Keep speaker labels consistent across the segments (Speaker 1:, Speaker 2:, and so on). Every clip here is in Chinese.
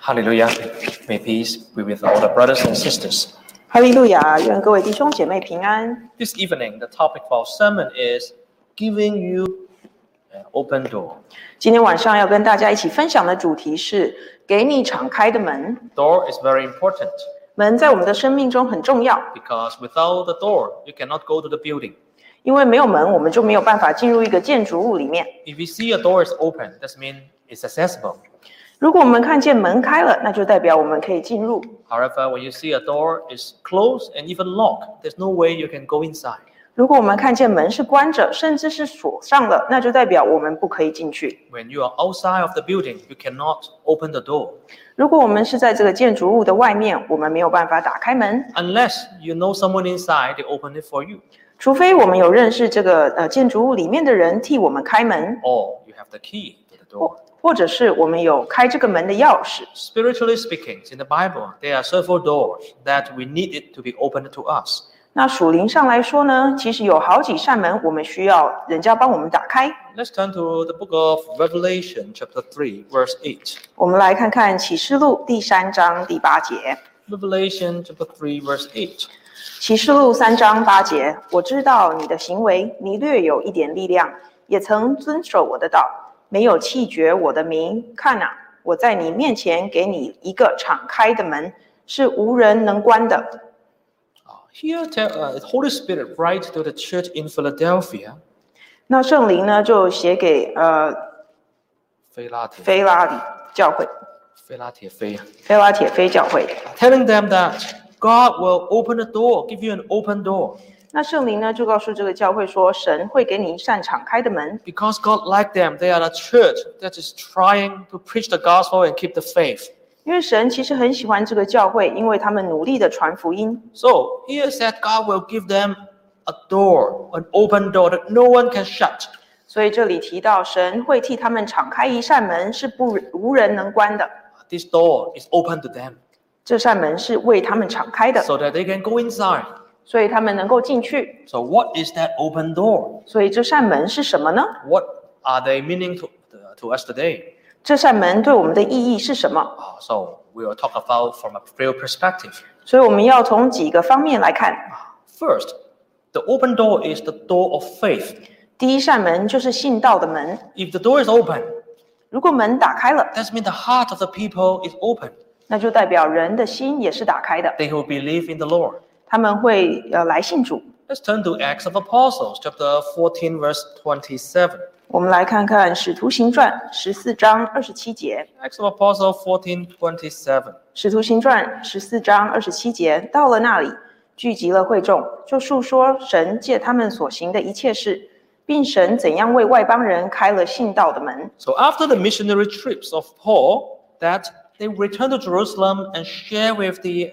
Speaker 1: Hallelujah. May peace be with all the brothers and sisters.
Speaker 2: 哈利路亚！愿各位弟兄姐妹平安。
Speaker 1: This evening, the topic for our sermon is giving you an open door.
Speaker 2: 今天晚上要跟大家一起分享的主题是“给你敞开的门
Speaker 1: Door is very important ”。
Speaker 2: 门在我们的生命中很重要，
Speaker 1: because without the door, you cannot go to the building.
Speaker 2: 因为没有门，我们就没有办法进入一个建筑物里面。
Speaker 1: If you see a door is open, that means it's accessible.
Speaker 2: 如果我们看见门开了，那就代表我们可以进入；
Speaker 1: However, when you see a door is closed and even locked, there's no way you can go inside.
Speaker 2: 如果我们看见门是关着，甚至是锁上了，那就代表我们不可以进去。
Speaker 1: When you are outside of the building, you cannot open the door
Speaker 2: 如果我们是在这个建筑物的外面，我们没有办法打开门，
Speaker 1: unless you know someone inside, they open it for you,
Speaker 2: 除非我们有认识这个呃建筑物里面的人替我们开门。
Speaker 1: or you have the key to the
Speaker 2: 或
Speaker 1: door.
Speaker 2: 或者是我们有开这个门的钥匙。
Speaker 1: Spiritually speaking, in the Bible, there are several doors that we need it to be opened to us.
Speaker 2: 那属灵上来说呢，其实有好几扇门，我们需要人家帮我们打开。
Speaker 1: Let's turn to the book of Revelation, chapter 3, verse 8.
Speaker 2: 我们来看看启示录第三章第八节。
Speaker 1: Revelation chapter 3, verse 8.
Speaker 2: 启示录三章八节，我知道你的行为，你略有一点力量，也曾遵守我的道，没有弃绝我的名。看啊，我在你面前给你一个敞开的门，是无人能关的。
Speaker 1: Uh, Here, tell, uh, the Holy Spirit writes to the church in Philadelphia,
Speaker 2: 那圣灵呢，就写给呃
Speaker 1: Philadelphia,
Speaker 2: 菲拉里教会，
Speaker 1: Philadelphia,
Speaker 2: 菲拉铁非教会。
Speaker 1: telling them that God will open a door, give you an open door,
Speaker 2: 那圣灵呢，就告诉这个教会说，神会给你一扇敞开的门，
Speaker 1: because God like them, they are a church that is trying to preach the gospel and keep the faith.
Speaker 2: 因为神其实很喜欢这个教会，因为他们努力的传福音。
Speaker 1: So here said God will give them a door, an open door that no one can shut.
Speaker 2: 所以这里提到，神会替他们敞开一扇门，是不无人能关的。
Speaker 1: This door is open to them
Speaker 2: 这扇门是为他们敞开的，
Speaker 1: so that they can go inside.
Speaker 2: 所以他们能够进去。
Speaker 1: So what is that open door?
Speaker 2: 所以这扇门是什么呢？
Speaker 1: What are they meaning to, to us today?
Speaker 2: 这扇门对我们的意义是什么？
Speaker 1: Uh, so we will talk about from a real perspective.
Speaker 2: 所以我们要从几个方面来看。
Speaker 1: First, the open door is the door of faith.
Speaker 2: 第一扇门就是信道的门，
Speaker 1: If the door is open,
Speaker 2: 如果门打开了，
Speaker 1: that means the heart of the people is open.
Speaker 2: 那就代表人的心也是打开的。
Speaker 1: They will believe in the Lord.
Speaker 2: 他们会呃来信主。
Speaker 1: Let's turn to Acts of Apostles, chapter 14, verse 27.
Speaker 2: 我们来看看《使徒行传》十四章二十七节，《
Speaker 1: Acts of Apostles 14, 27.
Speaker 2: 使徒行传》十四章二十七节，到了那里，聚集了会众，就述说神借他们所行的一切事，并神怎样为外邦人开了信道的门。
Speaker 1: So after the missionary trips of Paul, that they return to Jerusalem and share with the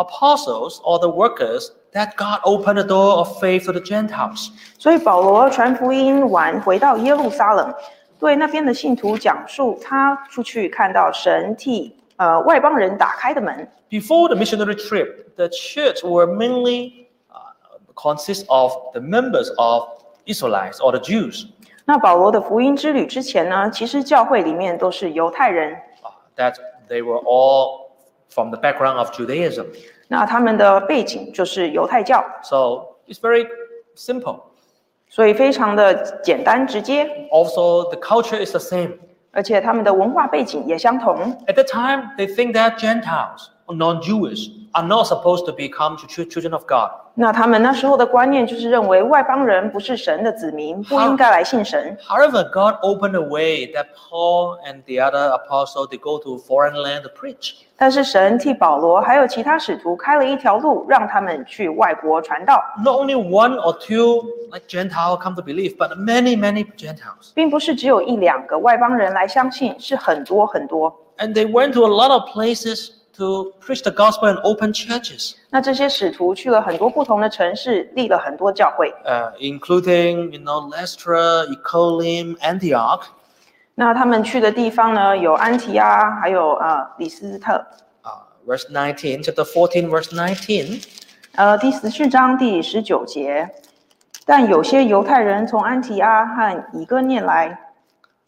Speaker 1: apostles or the workers that God opened the door of faith to the Gentiles.
Speaker 2: 所以保罗传福音完，回到耶路撒冷，对那边的信徒讲述他出去看到神替呃外邦人打开的门。
Speaker 1: Before the missionary trip, the church were mainly uh, consist of the members of Israelites or the Jews.
Speaker 2: 那保罗的福音之旅之前呢，其实教会里面都是犹太人，
Speaker 1: uh, that they were all from the background of Judaism.
Speaker 2: 那他们的背景就是犹太教，
Speaker 1: So it's very simple.
Speaker 2: 所以非常的简单直接，
Speaker 1: Also, the culture is the same.
Speaker 2: 而且他们的文化背景也相同。
Speaker 1: At the time, they think that Gentiles or non-Jewish are not supposed to become ch- ch- children of God.
Speaker 2: 那他们那时候的观念就是认为外邦人不是神的子民，不应该来信神。
Speaker 1: However, God opened a way that Paul and the other apostles they go to foreign land to preach.
Speaker 2: 但是神替保罗还有其他使徒开了一条路，让他们去外国传道，
Speaker 1: Not only one or two like Gentile come to believe, but many, many Gentiles.
Speaker 2: 并不是只有一两个外邦人来相信，是很多很多。
Speaker 1: And they went to a lot of places to preach the gospel and open churches.
Speaker 2: 那这些使徒去了很多不同的城市，立了很多教会。
Speaker 1: uh, including you know Lystra, Iconium, Antioch.
Speaker 2: 那他们去的地方呢，有安提阿，还有呃里斯特。
Speaker 1: Uh, verse 19, chapter 14, verse 19.
Speaker 2: 呃，第十四章第十九节，但有些犹太人从安提阿和以哥念来，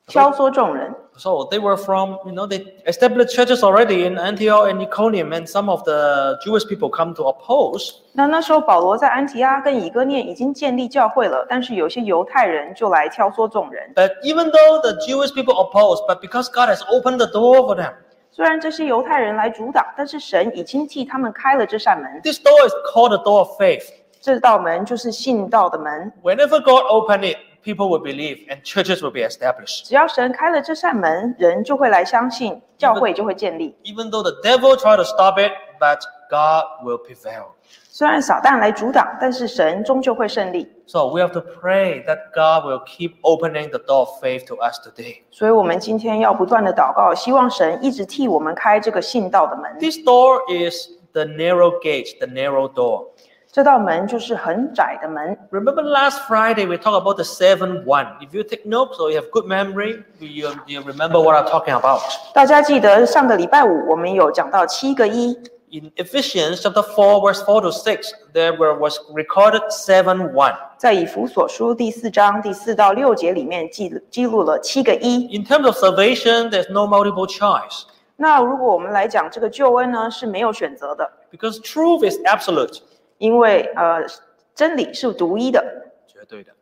Speaker 2: 挑唆众人。
Speaker 1: So they were from, you know, they established churches already in Antioch and Iconium, and some of the Jewish people come to oppose.
Speaker 2: 那那时候保罗在安提阿跟以哥念已经建立教会了，但是有些犹太人就来挑唆众人。
Speaker 1: But even though the Jewish people oppose, but because God has opened the door for them,
Speaker 2: 虽然这些犹太人来阻挡，但是神已经替他们开了这扇门。
Speaker 1: this door is called the door of faith.
Speaker 2: 这道门就是信道的门，
Speaker 1: Whenever God opened it, people will believe and churches will be established.
Speaker 2: 只要神开了这扇门，人就会来相信，教会就会建立。
Speaker 1: Even though the devil tried to stop it, but God will prevail.
Speaker 2: 虽然撒旦来阻挡，但是神终究会胜利。
Speaker 1: So we have to pray that God will keep opening the door of faith to us today.
Speaker 2: 所以，我们今天要不断的祷告，希望神一直替我们开这个信道的门。
Speaker 1: This door is the narrow gate, the narrow door.
Speaker 2: 这道门就是很窄的门。
Speaker 1: Remember last Friday we talked about the seven one. If you take notes or you have good memory, you, you remember what I'm talking about.
Speaker 2: 大家记得上个礼拜五我们有讲到七个一，
Speaker 1: In Ephesians chapter four, verse four to six, there were, was recorded seven one.
Speaker 2: 在以弗所书第四章第四到六节里面记记录了七个一。
Speaker 1: In terms of salvation, there's no multiple choice
Speaker 2: 那如果我们来讲这个救恩呢，是没有选择的，
Speaker 1: because truth is absolute.
Speaker 2: 因为呃真理是独一的、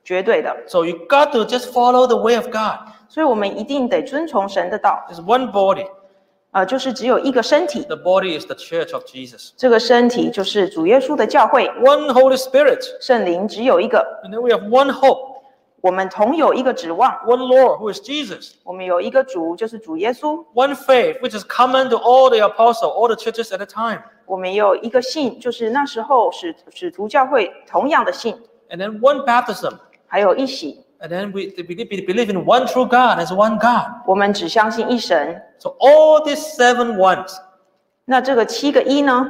Speaker 2: 绝对的，
Speaker 1: So you got to just follow the way of God.
Speaker 2: 所以我们一定得遵从神的道。
Speaker 1: There's one body.
Speaker 2: 呃，就是只有一个身体，
Speaker 1: The body is the church of Jesus.
Speaker 2: 这个身体就是主耶稣的教会，
Speaker 1: One Holy Spirit.
Speaker 2: 圣灵只有一个，
Speaker 1: And then we have one hope,
Speaker 2: 我们同有一个指望，
Speaker 1: one Lord, who is Jesus.
Speaker 2: 我们有一个主，就是主耶稣，
Speaker 1: One faith, which is common to all the apostles, all the churches at the time.
Speaker 2: 我们有一个信，就是那时候使使徒教会同样的信，
Speaker 1: And then one baptism.
Speaker 2: 还有一洗，
Speaker 1: And then we we believe believe in one true God as one God.
Speaker 2: 我们只相信一神。
Speaker 1: So all these seven ones,
Speaker 2: 那这个七个一呢？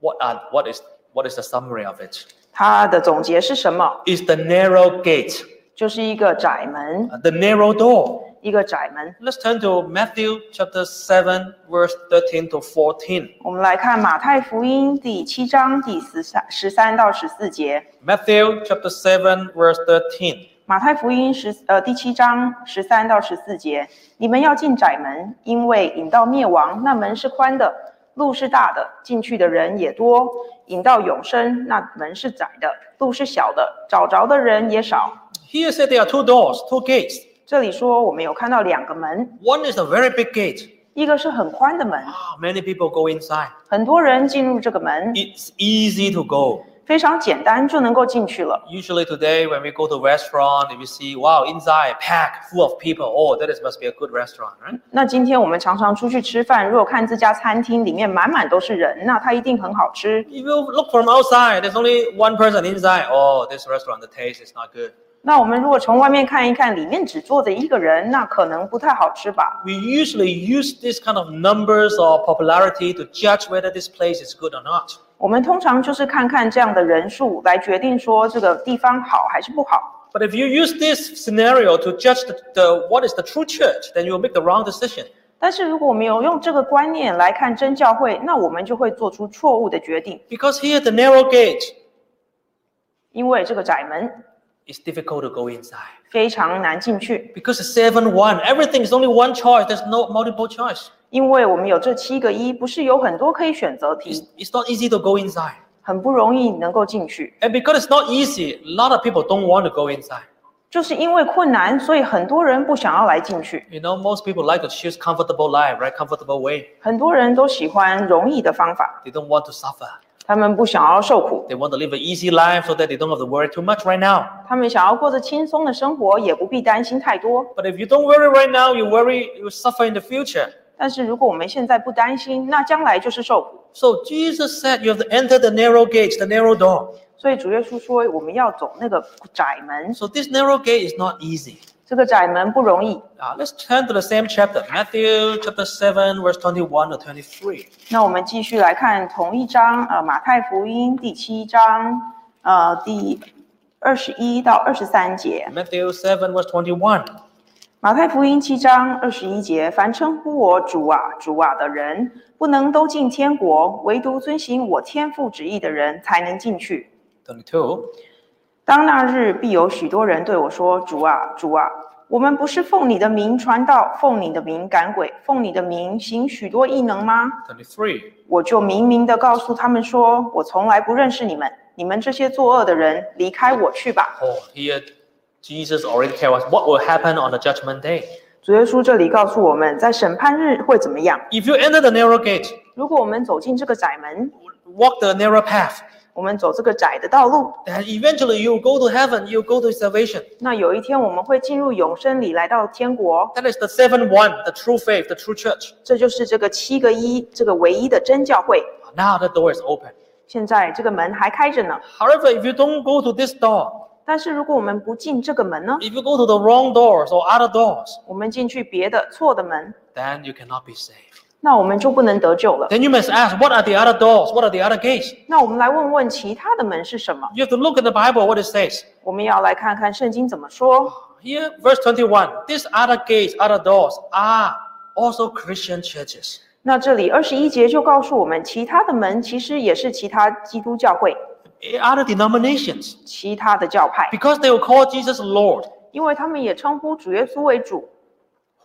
Speaker 1: what are what is what is the summary of it?
Speaker 2: 它的总结是什么？
Speaker 1: Is the narrow gate,
Speaker 2: 就是一个窄门，
Speaker 1: the narrow door.
Speaker 2: 一个窄门。
Speaker 1: Let's turn to Matthew chapter 7, verse 13 to 14.
Speaker 2: 我们来看马太福音第七章第十三十三到十四节。
Speaker 1: Matthew chapter 7, verse 13.
Speaker 2: 马太福音十呃第七章十三到十四节，你们要进窄门，因为引到灭亡那门是宽的，路是大的，进去的人也多；引到永生那门是窄的，路是小的，找着的人也少。
Speaker 1: Here said there are two doors, two gates.
Speaker 2: 这里说我们有看到两个门，
Speaker 1: One is a very big gate.
Speaker 2: 一个是很宽的门，
Speaker 1: Ah, many people go inside.
Speaker 2: 很多人进入这个门，
Speaker 1: It's easy to go.
Speaker 2: 非常简单就能够进去了。
Speaker 1: Usually today, when we go to restaurant, if you see wow inside packed full of people, oh that is must be a good restaurant, right?
Speaker 2: 那今天我们常常出去吃饭，如果看这家餐厅里面满满都是人，那它一定很好吃。
Speaker 1: If you look from outside, there's only one person inside. Oh, this restaurant, the taste is not good.
Speaker 2: 那我们如果从外面看一看，里面只坐着一个人，那可能不太好吃吧。
Speaker 1: We usually use this kind of numbers or popularity to judge whether this place is good or not.
Speaker 2: 我们通常就是看看这样的人数来决定说这个地方好还是不好。
Speaker 1: But if you use this scenario to judge the, the what is the true church, then you will make the wrong decision.
Speaker 2: 但是如果我们有用这个观念来看真教会，那我们就会做出错误的决定，
Speaker 1: Because here the narrow gate
Speaker 2: 因为这个窄门
Speaker 1: is difficult to go inside.
Speaker 2: 非常难进去，
Speaker 1: Because it's seven one, everything is only one choice. There's no multiple choice.
Speaker 2: 因为我们有这七个一，不是有很多可以选择
Speaker 1: It's,
Speaker 2: 题，
Speaker 1: it's not easy to go inside.
Speaker 2: 很不容易能够进去。
Speaker 1: And because it's not easy, a lot of people don't want to go inside.
Speaker 2: 就是因为困难，所以很多人不想要来进去，
Speaker 1: You know, most people like to choose comfortable life, right? Comfortable way.
Speaker 2: 很多人都喜欢容易的方法，
Speaker 1: They don't want to suffer.
Speaker 2: 他们不想要受苦。
Speaker 1: They want to live an easy life so that they don't have to worry too much right now.
Speaker 2: 他们想要过着轻松的生活，也不必担心太多。
Speaker 1: But if you don't worry right now, you worry, you suffer in the future.
Speaker 2: 但是如果我们现在不担心，那将来就是受苦。
Speaker 1: So Jesus said you have to enter the narrow gate, the narrow door.
Speaker 2: 所以主耶稣说，我们要走那个窄门，
Speaker 1: So this narrow gate is not easy.
Speaker 2: 这个窄门不容易。
Speaker 1: Uh, let's turn to the same chapter, Matthew chapter 7, verse 21 to 23.
Speaker 2: 那我们继续来看同一章，呃，马太福音第七章，呃，第二十一到二十三节。
Speaker 1: Matthew 7, verse 21.
Speaker 2: 马太福音七章二十一节：凡称呼我主啊、主啊的人，不能都进天国；唯独遵行我天父旨意的人，才能进去。
Speaker 1: 22.
Speaker 2: 当那日，必有许多人对我说：“主啊，主啊，我们不是奉你的名传道，奉你的名赶鬼，奉你的名行许多异能吗？
Speaker 1: 23.
Speaker 2: 我就明明的告诉他们说，我从来不认识你们，你们这些作恶的人，离开我去吧。
Speaker 1: Oh, here Jesus already tells us what will happen on the judgment day.
Speaker 2: 主耶稣这里告诉我们，在审判日会怎么样。
Speaker 1: If you enter the narrow gate,
Speaker 2: 如果我们走进这个窄门，
Speaker 1: walk the narrow path,
Speaker 2: 我们走这个窄的道路，
Speaker 1: then eventually you'll go to heaven, you'll go to salvation.
Speaker 2: 那有一天我们会进入永生里，来到天国。
Speaker 1: That is the seven one, the true faith, the true church.
Speaker 2: 这就是这个七个一，这个唯一的真教会。
Speaker 1: Now the door is open.
Speaker 2: 现在这个门还开着呢，
Speaker 1: However, if you don't go to this door,
Speaker 2: 但是如果我们不进这个门呢，
Speaker 1: if you go to the wrong doors or other doors,
Speaker 2: 我们进去别的错的门，
Speaker 1: then you cannot be saved.
Speaker 2: 那我们就不能得救了。
Speaker 1: Then you must ask, what are the other doors? What are the other gates?
Speaker 2: 那我们来问问其他的门是什么？
Speaker 1: You have to look at the Bible, what it says.
Speaker 2: 我们要来看看圣经怎么说。
Speaker 1: Here, verse 21, these other gates, other doors are also Christian churches.
Speaker 2: 那这里二十一节就告诉我们，其他的门其实也是其他基督教会、
Speaker 1: eh, Other denominations.
Speaker 2: 其他的教派，
Speaker 1: Because they will call Jesus Lord.
Speaker 2: 因为他们也称呼主耶稣为主。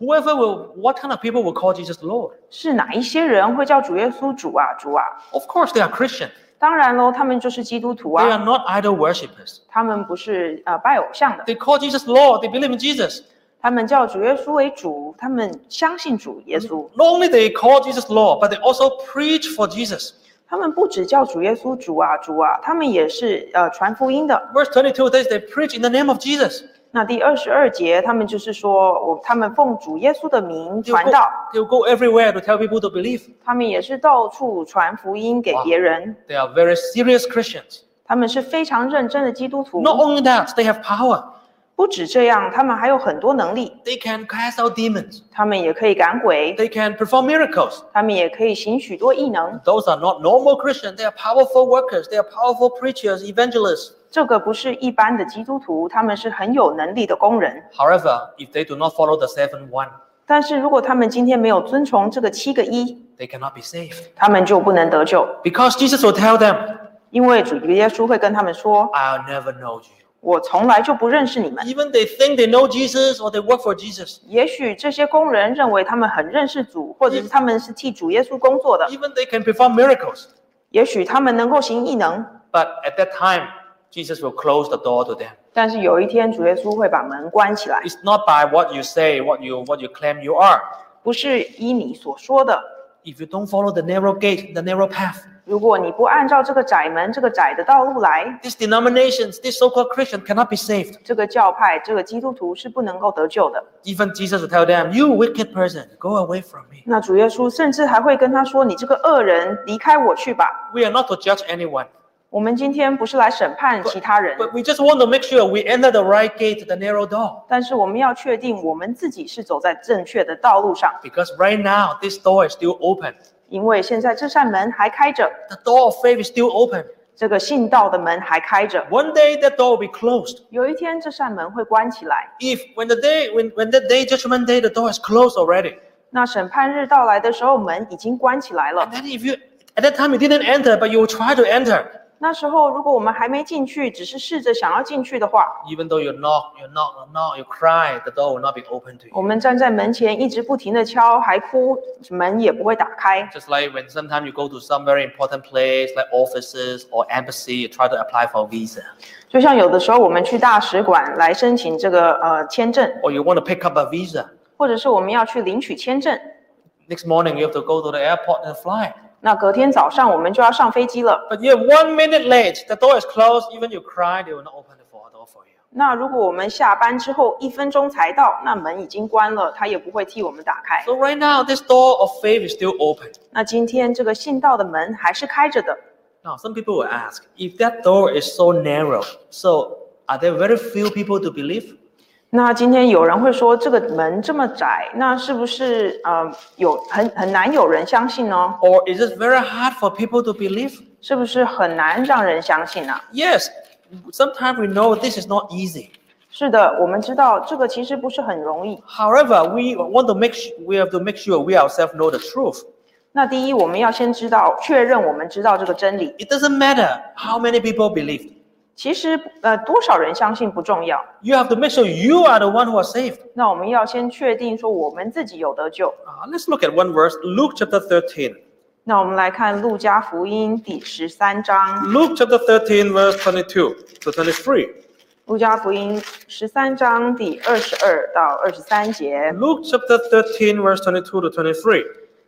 Speaker 1: Whoever will, what kind of people will call Jesus Lord?
Speaker 2: 是哪一些人会叫主耶稣主啊主啊？
Speaker 1: Of course, they are Christian.
Speaker 2: 当然喽，他们就是基督徒
Speaker 1: They
Speaker 2: 啊，
Speaker 1: are not idol worshippers.
Speaker 2: 他们不是呃拜偶像的，
Speaker 1: They call Jesus Lord. They believe in Jesus.
Speaker 2: 他们叫主耶稣为主，他们相信主耶稣，
Speaker 1: Not only they call Jesus Lord, but they also preach for Jesus.
Speaker 2: 他们不只叫主耶稣主啊主啊，他们也是呃传福音的。
Speaker 1: Verse 22 says they preach in the name of Jesus.
Speaker 2: 那第二十二节，他们就是说我他们奉主耶稣的名
Speaker 1: They will,
Speaker 2: 传
Speaker 1: go,
Speaker 2: 道，
Speaker 1: they will go everywhere to tell people to believe.
Speaker 2: 他们也是到处传福音给别人，
Speaker 1: They are very serious Christians.
Speaker 2: 他们是非常认真的基督徒。
Speaker 1: Not only that, they have power.
Speaker 2: 不止这样，他们还有很多能力，
Speaker 1: They can cast out demons.
Speaker 2: 他们也可以赶鬼，
Speaker 1: They can perform miracles.
Speaker 2: 他们也可以行许多异能。
Speaker 1: Those are not normal Christians. They are powerful workers. They are powerful preachers, evangelists.
Speaker 2: 这个不是一般的基督徒，他们是很有能力的工人。
Speaker 1: However, if they do not follow the seven one,
Speaker 2: 但是如果他们今天没有遵从这个七个一，
Speaker 1: they cannot be saved.
Speaker 2: 他们就不能得救，
Speaker 1: Because Jesus will tell them,
Speaker 2: 因为主耶稣会跟他们说
Speaker 1: I'll never know you.：“
Speaker 2: 我从来就不认识你们。
Speaker 1: Even they think they know Jesus or they work for Jesus. ”
Speaker 2: 也许这些工人认为他们很认识主，或者是他们是替主耶稣工作的，
Speaker 1: Even they can perform miracles.
Speaker 2: 也许他们能够行异能，
Speaker 1: But at that time, Jesus will close the door to them.
Speaker 2: 但是有一天主耶稣会把门关起来，
Speaker 1: It's not by what you say, what you what you claim you are.
Speaker 2: 不是依你所说的。
Speaker 1: If you don't follow the narrow gate, the narrow path,
Speaker 2: 如果你不按照这个窄门、这个窄的道路来，
Speaker 1: these denominations, this so-called Christian cannot be saved.
Speaker 2: 这个教派、这个基督徒是不能够得救的。
Speaker 1: Even Jesus will tell them, "You wicked person, go away from me."
Speaker 2: 那主耶稣甚至还会跟他说：“你这个恶人，离开我去吧。
Speaker 1: We are not to judge anyone, ”
Speaker 2: 我们今天不是来审判其他人，
Speaker 1: but we just want to make sure we enter the right gate, the narrow door,
Speaker 2: 但是我们要确定我们自己是走在正确的道路上，
Speaker 1: because right now this door is still open.
Speaker 2: 因为现在这扇门还开着，
Speaker 1: The door of faith is still open.
Speaker 2: 这个信道的门还开着。
Speaker 1: One day that door will be closed.
Speaker 2: 有一天这扇门会关起来。
Speaker 1: If when the day when when that day judgment day the door is closed already,
Speaker 2: 那审判日到来的时候，门已经关起来了
Speaker 1: And。then if you at that time you didn't enter, but you try to enter,
Speaker 2: 那时候如果我们还没进去，只是试着想要进去的话，
Speaker 1: even though you knock, you knock, you knock, you cry, the door will not be open to
Speaker 2: 我
Speaker 1: you.
Speaker 2: 们站在门前一直不停的敲，还哭，门也不会打开。
Speaker 1: Just like when sometimes you go to some very important place like offices or embassy, you try to apply for a visa,
Speaker 2: 就像有的时候我们去大使馆来申请这个呃签证，
Speaker 1: or you want to pick up a visa.
Speaker 2: 或者是我们要去领取签证，
Speaker 1: Next morning you have to go to the airport and fly.
Speaker 2: 那隔天早上我们就要上飞机了。
Speaker 1: But you're one minute late, the door is closed, even you cry, they will not open the for- door for you.
Speaker 2: 那如果我们下班之后一分钟才到，那门已经关了，他也不会替我们打开。
Speaker 1: So right now this door of faith is still open.
Speaker 2: 那今天这个信道的门还是开着的。
Speaker 1: Now some people will ask, if that door is so narrow, so are there very few people to believe?
Speaker 2: 那今天有人会说这个门这么窄，那是不是呃有很很难有人相信呢？
Speaker 1: Or is it very hard for people to believe?
Speaker 2: 是不是很难让人相信啊呢、
Speaker 1: Yes, sometimes we know this is not easy.
Speaker 2: 是的，我们知道这个其实不是很容易。
Speaker 1: However, we want to make su- we have to make sure we ourselves know the truth.
Speaker 2: 那第一，我们要先知道确认我们知道这个真理。
Speaker 1: It doesn't matter how many people believe.
Speaker 2: 其实，呃，多少人相信不重要。
Speaker 1: You have to make sure you are the one who are saved.
Speaker 2: 那我们要先确定说我们自己有得救。
Speaker 1: Uh, let's look at one verse, Luke chapter 13.
Speaker 2: 那我们来看路加福音第十三章，
Speaker 1: Luke chapter 13, verse 22 to 23.
Speaker 2: 路加福音十三章第二十二到二十三节，
Speaker 1: Luke chapter 13, verse 22 to 23.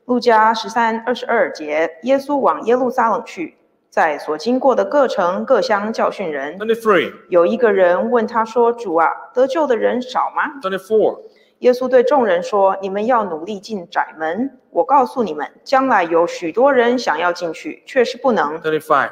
Speaker 2: 路加十三二十二节，耶稣往耶路撒冷去，在所经过的各城各乡教训人。
Speaker 1: 23,
Speaker 2: 有一个人问他说：“主啊，得救的人少吗？”
Speaker 1: Twenty-four.
Speaker 2: 耶稣对众人说：“你们要努力进窄门。我告诉你们，将来有许多人想要进去，却是不能。
Speaker 1: 25.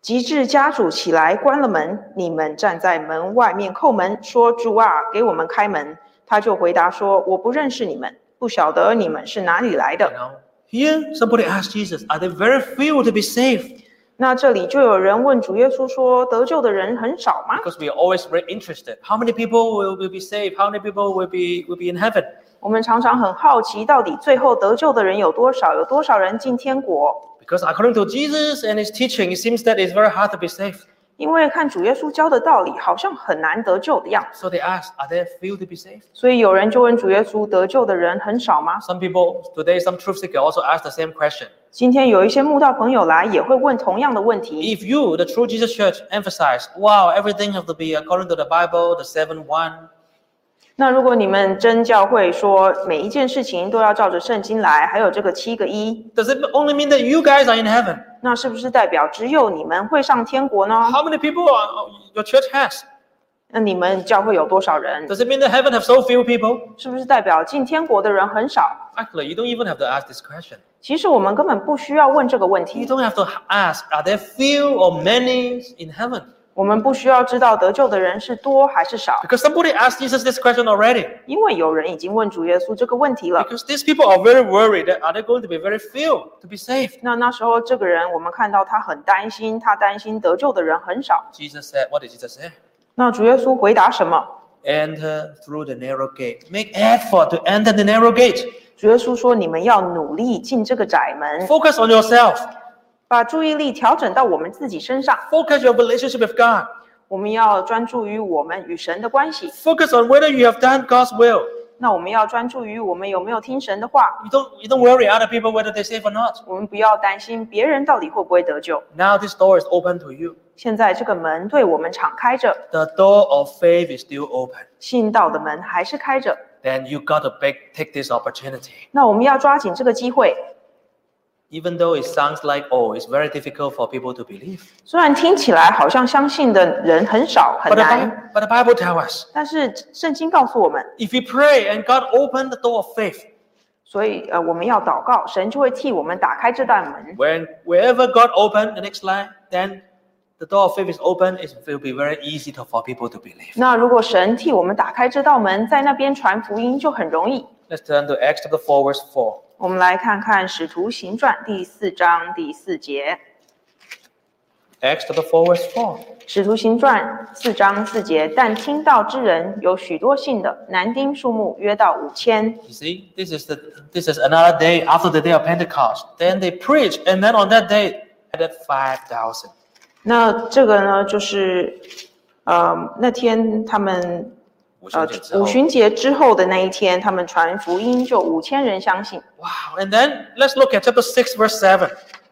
Speaker 2: 及至家主起来关了门，你们站在门外面叩门，说：‘主啊，给我们开门。’他就回答说：‘我不认识你们，不晓得你们是哪里来的。
Speaker 1: Now, here somebody asked Jesus, Are there very few to be saved? ’
Speaker 2: 那这里就有人问主耶稣说：‘得救的人很少吗
Speaker 1: Because we are always very interested. How many people will, will be saved? How many people will be will be in heaven? ’
Speaker 2: 我们常常很好奇，到底最后得救的人有多少？有多少人进天国？”
Speaker 1: Because according to Jesus and his teaching, it seems that it's very hard to be saved.
Speaker 2: 因为看主耶稣教的道理，好像很难得救的样子，
Speaker 1: So they asked, Are there few to be saved?
Speaker 2: 所以有人就问主耶稣：“得救的人很少吗
Speaker 1: Some people today, some truth seeker also ask the same question.？”
Speaker 2: 今天有一些慕道朋友来，也会问同样的问题。
Speaker 1: If you, the true Jesus Church, emphasize, wow, everything have to be according to the Bible, the seven one,
Speaker 2: 那如果你们真教会说每一件事情都要照着圣经来，还有这个七个一，
Speaker 1: does it only mean that you guys are in heaven?
Speaker 2: 那是不是代表只有你们会上天国呢？
Speaker 1: How many people are, uh, your church has?
Speaker 2: 那你们教会有多少人？
Speaker 1: Does it mean that heaven have so few people?
Speaker 2: 是不是代表进天国的人很少？
Speaker 1: Actually, you don't even have to ask this question.
Speaker 2: 其实我们根本不需要问这个问
Speaker 1: You
Speaker 2: 题，
Speaker 1: don't have to ask, are there few or many in heaven?
Speaker 2: 我们不需要知道得救的人是多还是少，
Speaker 1: Because somebody asked Jesus this question already.
Speaker 2: 因为有人已经问主耶稣这个问题了。
Speaker 1: Because these people are very worried that are there going to be very few to be saved?
Speaker 2: 那那时候这个人，我们看到他很担心，他担心得救的人很少。
Speaker 1: Jesus said, what did Jesus say?
Speaker 2: 那主耶稣回答什么？
Speaker 1: Enter through the narrow gate. Make effort to enter the narrow gate.
Speaker 2: 主耶稣说：“你们要努力进这个窄门，
Speaker 1: Focus on yourself.
Speaker 2: 把注意力调整到我们自己身上。
Speaker 1: Focus your relationship with God.
Speaker 2: 我们要专注于我们与神的关系。
Speaker 1: Focus on whether you have done God's will.
Speaker 2: 那我们要专注于我们有没有听神的话。
Speaker 1: You don't you don't worry other people whether they save or not.
Speaker 2: 我们不要担心别人到底会不会得救。
Speaker 1: Now this door is open to you.
Speaker 2: 现在这个门对我们敞开着，
Speaker 1: The door of faith is still open.
Speaker 2: 信道的门还是开着。
Speaker 1: Then you got to big, take this opportunity.
Speaker 2: 那我们要抓紧这个机会。
Speaker 1: Even though it sounds like oh, it's very difficult for people to believe.
Speaker 2: 虽然听起来好像相信的人很少很
Speaker 1: But the,
Speaker 2: 难
Speaker 1: Bi-，but the Bible tells us
Speaker 2: 但是圣经告诉我们，
Speaker 1: if we pray and God open the door of faith,
Speaker 2: 所以呃，我们要祷告，神就会替我们打开这扇门。
Speaker 1: when wherever God open the next line, then the door of faith is open. It will be very easy to, for people to believe.
Speaker 2: 那如果神替我们打开这道门，在那边传福音就很容易。
Speaker 1: Let's turn to Acts chapter four, verse four.
Speaker 2: 我们来看看《使徒行传》第四章第四节，
Speaker 1: Acts chapter four, verse four.
Speaker 2: 《使徒行传》四章四节。但听到之人有许多信的，男丁数目约到五千。
Speaker 1: You see, this is the this is another day after the day of Pentecost. Then they preach, and then on that day added five thousand.
Speaker 2: 那这个呢，就是呃那天他们呃五旬节之后的那一天，他们传福音就五千人相信。
Speaker 1: Wow. And then let's look at chapter six, verse seven.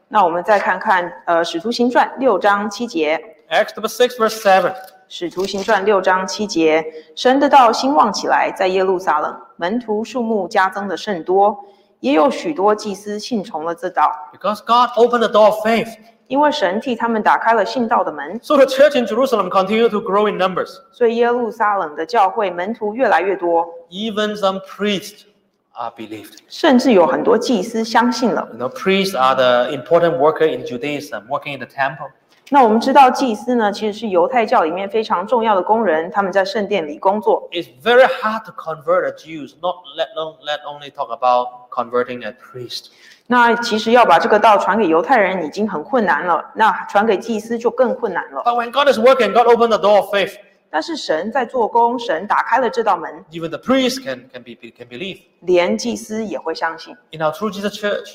Speaker 2: 那我们再看看，呃，《使徒行传》六章七节，
Speaker 1: Acts chapter six, verse seven.
Speaker 2: 《使徒行传》六章七节，神的道兴旺起来，在耶路撒冷，门徒数目加增的甚多，也有许多祭司信从了这道，
Speaker 1: Because God opened the door of faith,
Speaker 2: 因为神替他们打开了信道的门，
Speaker 1: so the church in Jerusalem continued to grow in numbers.
Speaker 2: 所以耶路撒冷的教会门徒越来越多，
Speaker 1: Even some priests are believed.
Speaker 2: 甚至有很多祭司相信了。
Speaker 1: You know, priests are the important worker in Judaism, working in the temple.
Speaker 2: 那我们知道，祭司呢其实是犹太教里面非常重要的工人，他们在圣殿里工作，
Speaker 1: It's very hard to convert the Jews. Not let no, let only talk about converting a priest.
Speaker 2: 那其实要把这个道传给犹太人已经很困难了，那传给祭司就更困难了。
Speaker 1: But when God is working, God opened the door of faith.
Speaker 2: 但是神在做工，神打开了这道门，
Speaker 1: Even the priests can can be can believe.
Speaker 2: 连祭司也会相信。
Speaker 1: In our true Jesus Church,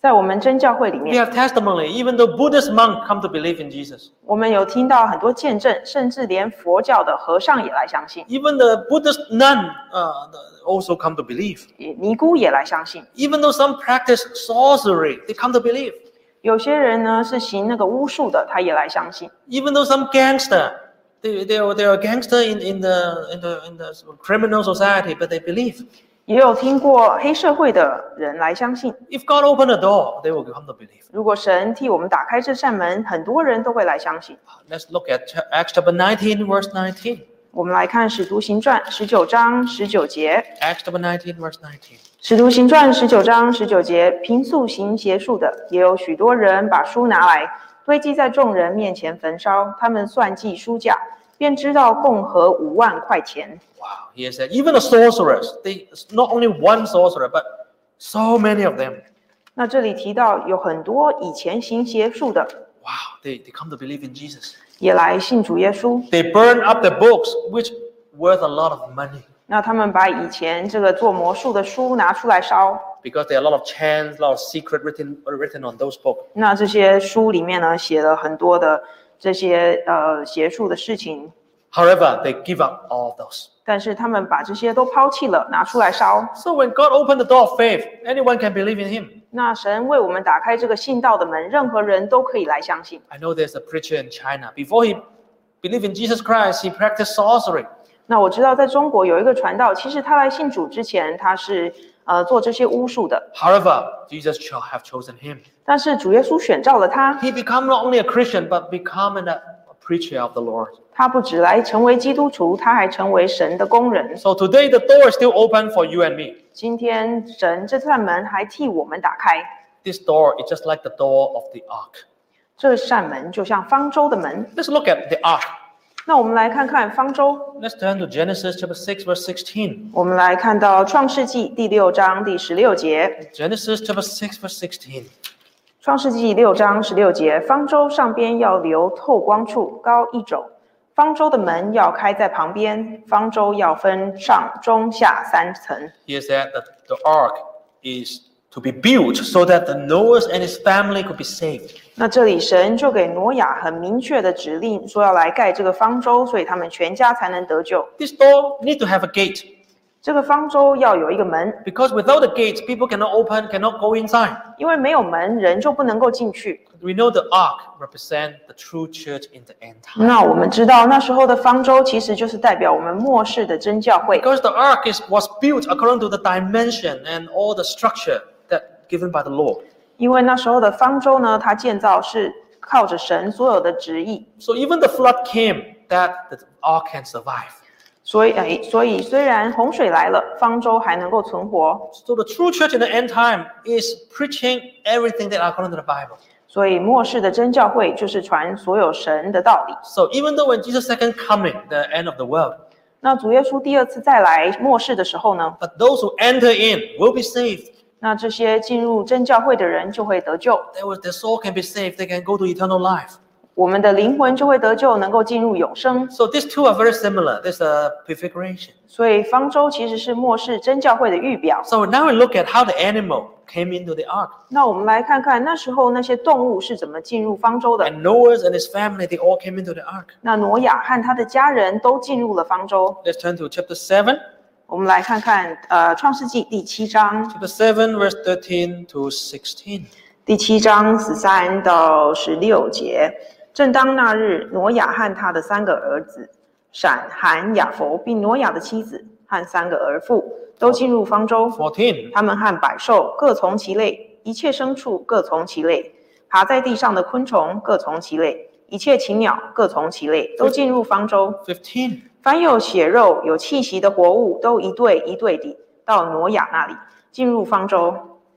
Speaker 2: 在我们真教会里
Speaker 1: We
Speaker 2: 面，
Speaker 1: have testimony, even the Buddhist monk come to believe in Jesus.
Speaker 2: 我们有听到很多见证，甚至连佛教的和尚也来相信，
Speaker 1: Even the Buddhist nun uh, the- also come to believe.
Speaker 2: 也尼姑也来相信。
Speaker 1: Even though some practice sorcery, they come to believe.
Speaker 2: 有些人呢是行那个巫术的，他也来相信。
Speaker 1: Even though some gangster, they, they, are, they are gangster in, in, the, in, the, in the criminal society, but they believe.
Speaker 2: 也有听过黑社会的人来相信。
Speaker 1: If God opened a door, they will come to believe.
Speaker 2: 如果神替我们打开这扇门，很多人都会来相信。
Speaker 1: Let's look at cha- Acts chapter 19, verse 19.
Speaker 2: 我们来看《使徒行传》十九章十九节，
Speaker 1: Acts chapter 19, verse 19.
Speaker 2: 《使徒行传》十九章十九节，平素行邪术的，也有许多人把书拿来堆积在众人面前焚烧，他们算计书价，便知道共合五万块钱。
Speaker 1: Wow, he said, even the sorcerers, they not only one sorcerer, but so many of them.
Speaker 2: 那这里提到有很多以前行邪术的
Speaker 1: Wow, they, they come to believe in Jesus.
Speaker 2: 也来信主耶稣，
Speaker 1: They burn up the books, which worth a lot of money
Speaker 2: 那他们把以前这个做魔术的书拿出来烧，
Speaker 1: because there are a lot of chants, a lot of secret written written on those books.
Speaker 2: 那这些书里面呢，写了很多的这些呃邪术的事情，
Speaker 1: However, they give up all those.
Speaker 2: 但是他们把这些都抛弃了，拿出来烧。
Speaker 1: So when God opened the door of faith, anyone can believe in Him.
Speaker 2: 那神为我们打开这个信道的门，任何人都可以来相信。
Speaker 1: I know there's a preacher in China. Before he believed in Jesus Christ, he practiced sorcery.
Speaker 2: 那我知道在中国有一个传道，其实他来信主之前，他是呃做这些巫术的，
Speaker 1: However, Jesus shall have chosen him.
Speaker 2: 但是主耶稣选召了他，
Speaker 1: He become not only a Christian, but become an- a preacher of the Lord.
Speaker 2: 他不只来成为基督徒，他还成为神的工人。
Speaker 1: So today the door is still open for you and me.
Speaker 2: 今天神这扇门还替我们打开，
Speaker 1: This door is just like the door of the ark.
Speaker 2: 这扇门就像方舟的门。
Speaker 1: Let's look at the ark.
Speaker 2: 那我们来看看方舟
Speaker 1: Let's turn to Genesis chapter 6, verse 16.
Speaker 2: 我们来看到《创世纪》第六章第十六节，
Speaker 1: Genesis chapter 6, verse 16.
Speaker 2: 《创世纪》六章十六节，方舟上边要留透光处，高一肘；方舟的门要开在旁边，方舟要分上中下三层。
Speaker 1: Here said that the ark is to be built so that the Noah and his family could be saved.
Speaker 2: 那这里神就给挪亚很明确的指令，说要来盖这个方舟，所以他们全家才能得救。
Speaker 1: This door need to have a gate
Speaker 2: 这个方舟要有一个门，
Speaker 1: because without a gate, people cannot open, cannot go inside.
Speaker 2: 因为没有门，人就不能够进去。
Speaker 1: We know the ark represents the true church in the end time.
Speaker 2: 那我们知道，那时候的方舟其实就是代表我们末世的真教会。
Speaker 1: Because the ark is, was built according to the dimension and all the structure that given by the law.
Speaker 2: 因为那时候的方舟呢，它建造是靠着神所有的旨意，
Speaker 1: So even the flood came that the ark can survive.
Speaker 2: 所以哎，所以虽然洪水来了，方舟还能够存活。
Speaker 1: So the true church in the end time is preaching everything that according to the Bible.
Speaker 2: 所以末世的真教会就是传所有神的道理。
Speaker 1: So even though when Jesus' second coming, the end of the world,
Speaker 2: 那主耶稣第二次再来末世的时候呢，
Speaker 1: but those who enter in will be saved.
Speaker 2: 那这些进入真教会的人就会得救，
Speaker 1: They will, their soul can be saved. They can go to eternal life.
Speaker 2: 我们的灵魂就会得救，能够进入永生。
Speaker 1: So these two are very similar. There's a prefiguration.
Speaker 2: 所以方舟其实是末世真教会的预表。
Speaker 1: So now we look at how the animal came into the ark.
Speaker 2: 那我们来看看那时候那些动物是怎么进入方舟的。
Speaker 1: And Noah and his family, they all came into the ark.
Speaker 2: 那挪亚和他的家人都进入了方舟。
Speaker 1: Let's turn to chapter 7,
Speaker 2: 我们来看看，呃，《创世纪》第七章，
Speaker 1: chapter 7, verse 13 to 16.
Speaker 2: 第七章十三到十六节。正当那日，挪亚和他的三个儿子闪、含、雅弗，并挪亚的妻子和三个儿妇，都进入方舟。
Speaker 1: 14.
Speaker 2: 他们和百兽各从其类，一切牲畜各从其类，爬在地上的昆虫各从其类，一切禽鸟各从其类，都进入方舟。
Speaker 1: 15.
Speaker 2: 凡有血肉、有气息的活物，都一对一对地到挪亚那里，进入方舟。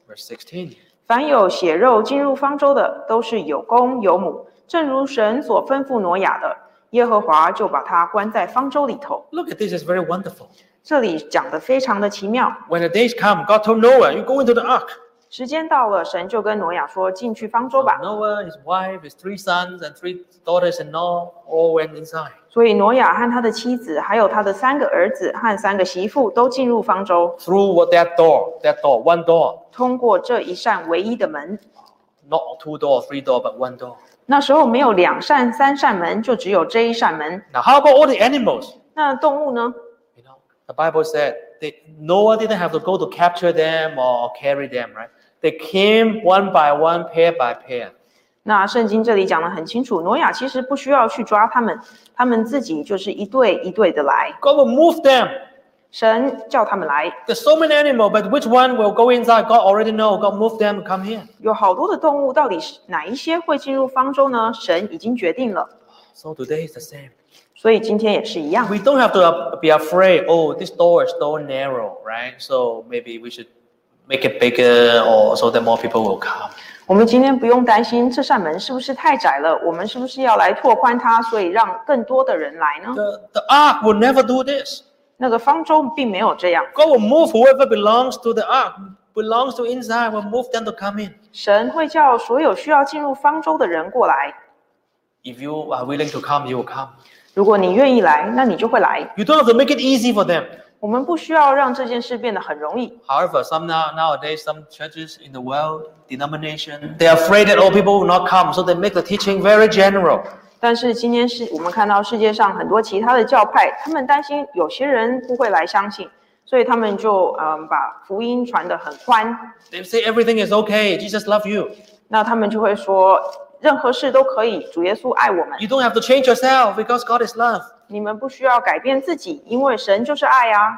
Speaker 1: Verse 16.
Speaker 2: 凡有血肉进入方舟的，都是有公有母，正如神所吩咐挪亚的。耶和华就把他关在方舟里头。
Speaker 1: Look at this, it's very wonderful.
Speaker 2: 这里讲的非常的奇妙。
Speaker 1: When the days come, God told Noah, You go into the ark.
Speaker 2: 时间到了，神就跟挪亚说：“进去方舟吧。
Speaker 1: Noah, his wife, his three sons and three daughters-in-law all went inside. ”
Speaker 2: 所以挪亚和他的妻子，还有他的三个儿子和三个媳妇都进入方舟，
Speaker 1: Through what that door, that door, one door,
Speaker 2: 通过这一扇唯一的门。
Speaker 1: not two door, three door, but one door.
Speaker 2: 那时候没有两扇、三扇门，就只有这一扇门。
Speaker 1: Now, how about all the animals?
Speaker 2: 那动物呢？
Speaker 1: You know, the Bible said they, Noah didn't have to go to capture them or carry them, right? They came one by one, pair by pair.
Speaker 2: 那圣经这里讲得很清楚，挪亚其实不需要去抓他们，他们自己就是一对一对的来。
Speaker 1: God will move them.
Speaker 2: 神叫他们来，
Speaker 1: There's so many animals, but which one will go inside? God already know. God move them, come here.
Speaker 2: 有好多的动物，到底是哪一些会进入方舟呢？神已经决定了，
Speaker 1: So today is the same.
Speaker 2: 所以今天也是一样。
Speaker 1: We don't have to uh, be afraid. Oh, this door is so narrow, right? So maybe we should make it bigger, or so that more people will come.
Speaker 2: 我们今天不用担心这扇门是不是太窄了，我们是不是要来拓宽它，所以让更多的人来呢？
Speaker 1: The the ark will never do this.
Speaker 2: 那个方舟并没有这样，
Speaker 1: God will move whoever belongs to the ark, belongs to inside, will move them to come in.
Speaker 2: 神会叫所有需要进入方舟的人过来。
Speaker 1: If you are willing to come, you will come.
Speaker 2: 如果你愿意来，那你就会来。
Speaker 1: You don't have to make it easy for them.
Speaker 2: 我们不需要让这件事变得很容易。
Speaker 1: However, some now nowadays some churches in the world, denomination, they're afraid that all people will not come, so they make the teaching very general.
Speaker 2: 但是今天是我们看到世界上很多其他的教派，他们担心有些人不会来相信，所以他们就嗯把福音传得很宽。
Speaker 1: They say everything is okay, Jesus loves you.
Speaker 2: 那他们就会说，任何事都可以，主耶稣爱我们。
Speaker 1: You don't have to change yourself because God is love.
Speaker 2: 你们不需要改变自己，因为神就是爱啊，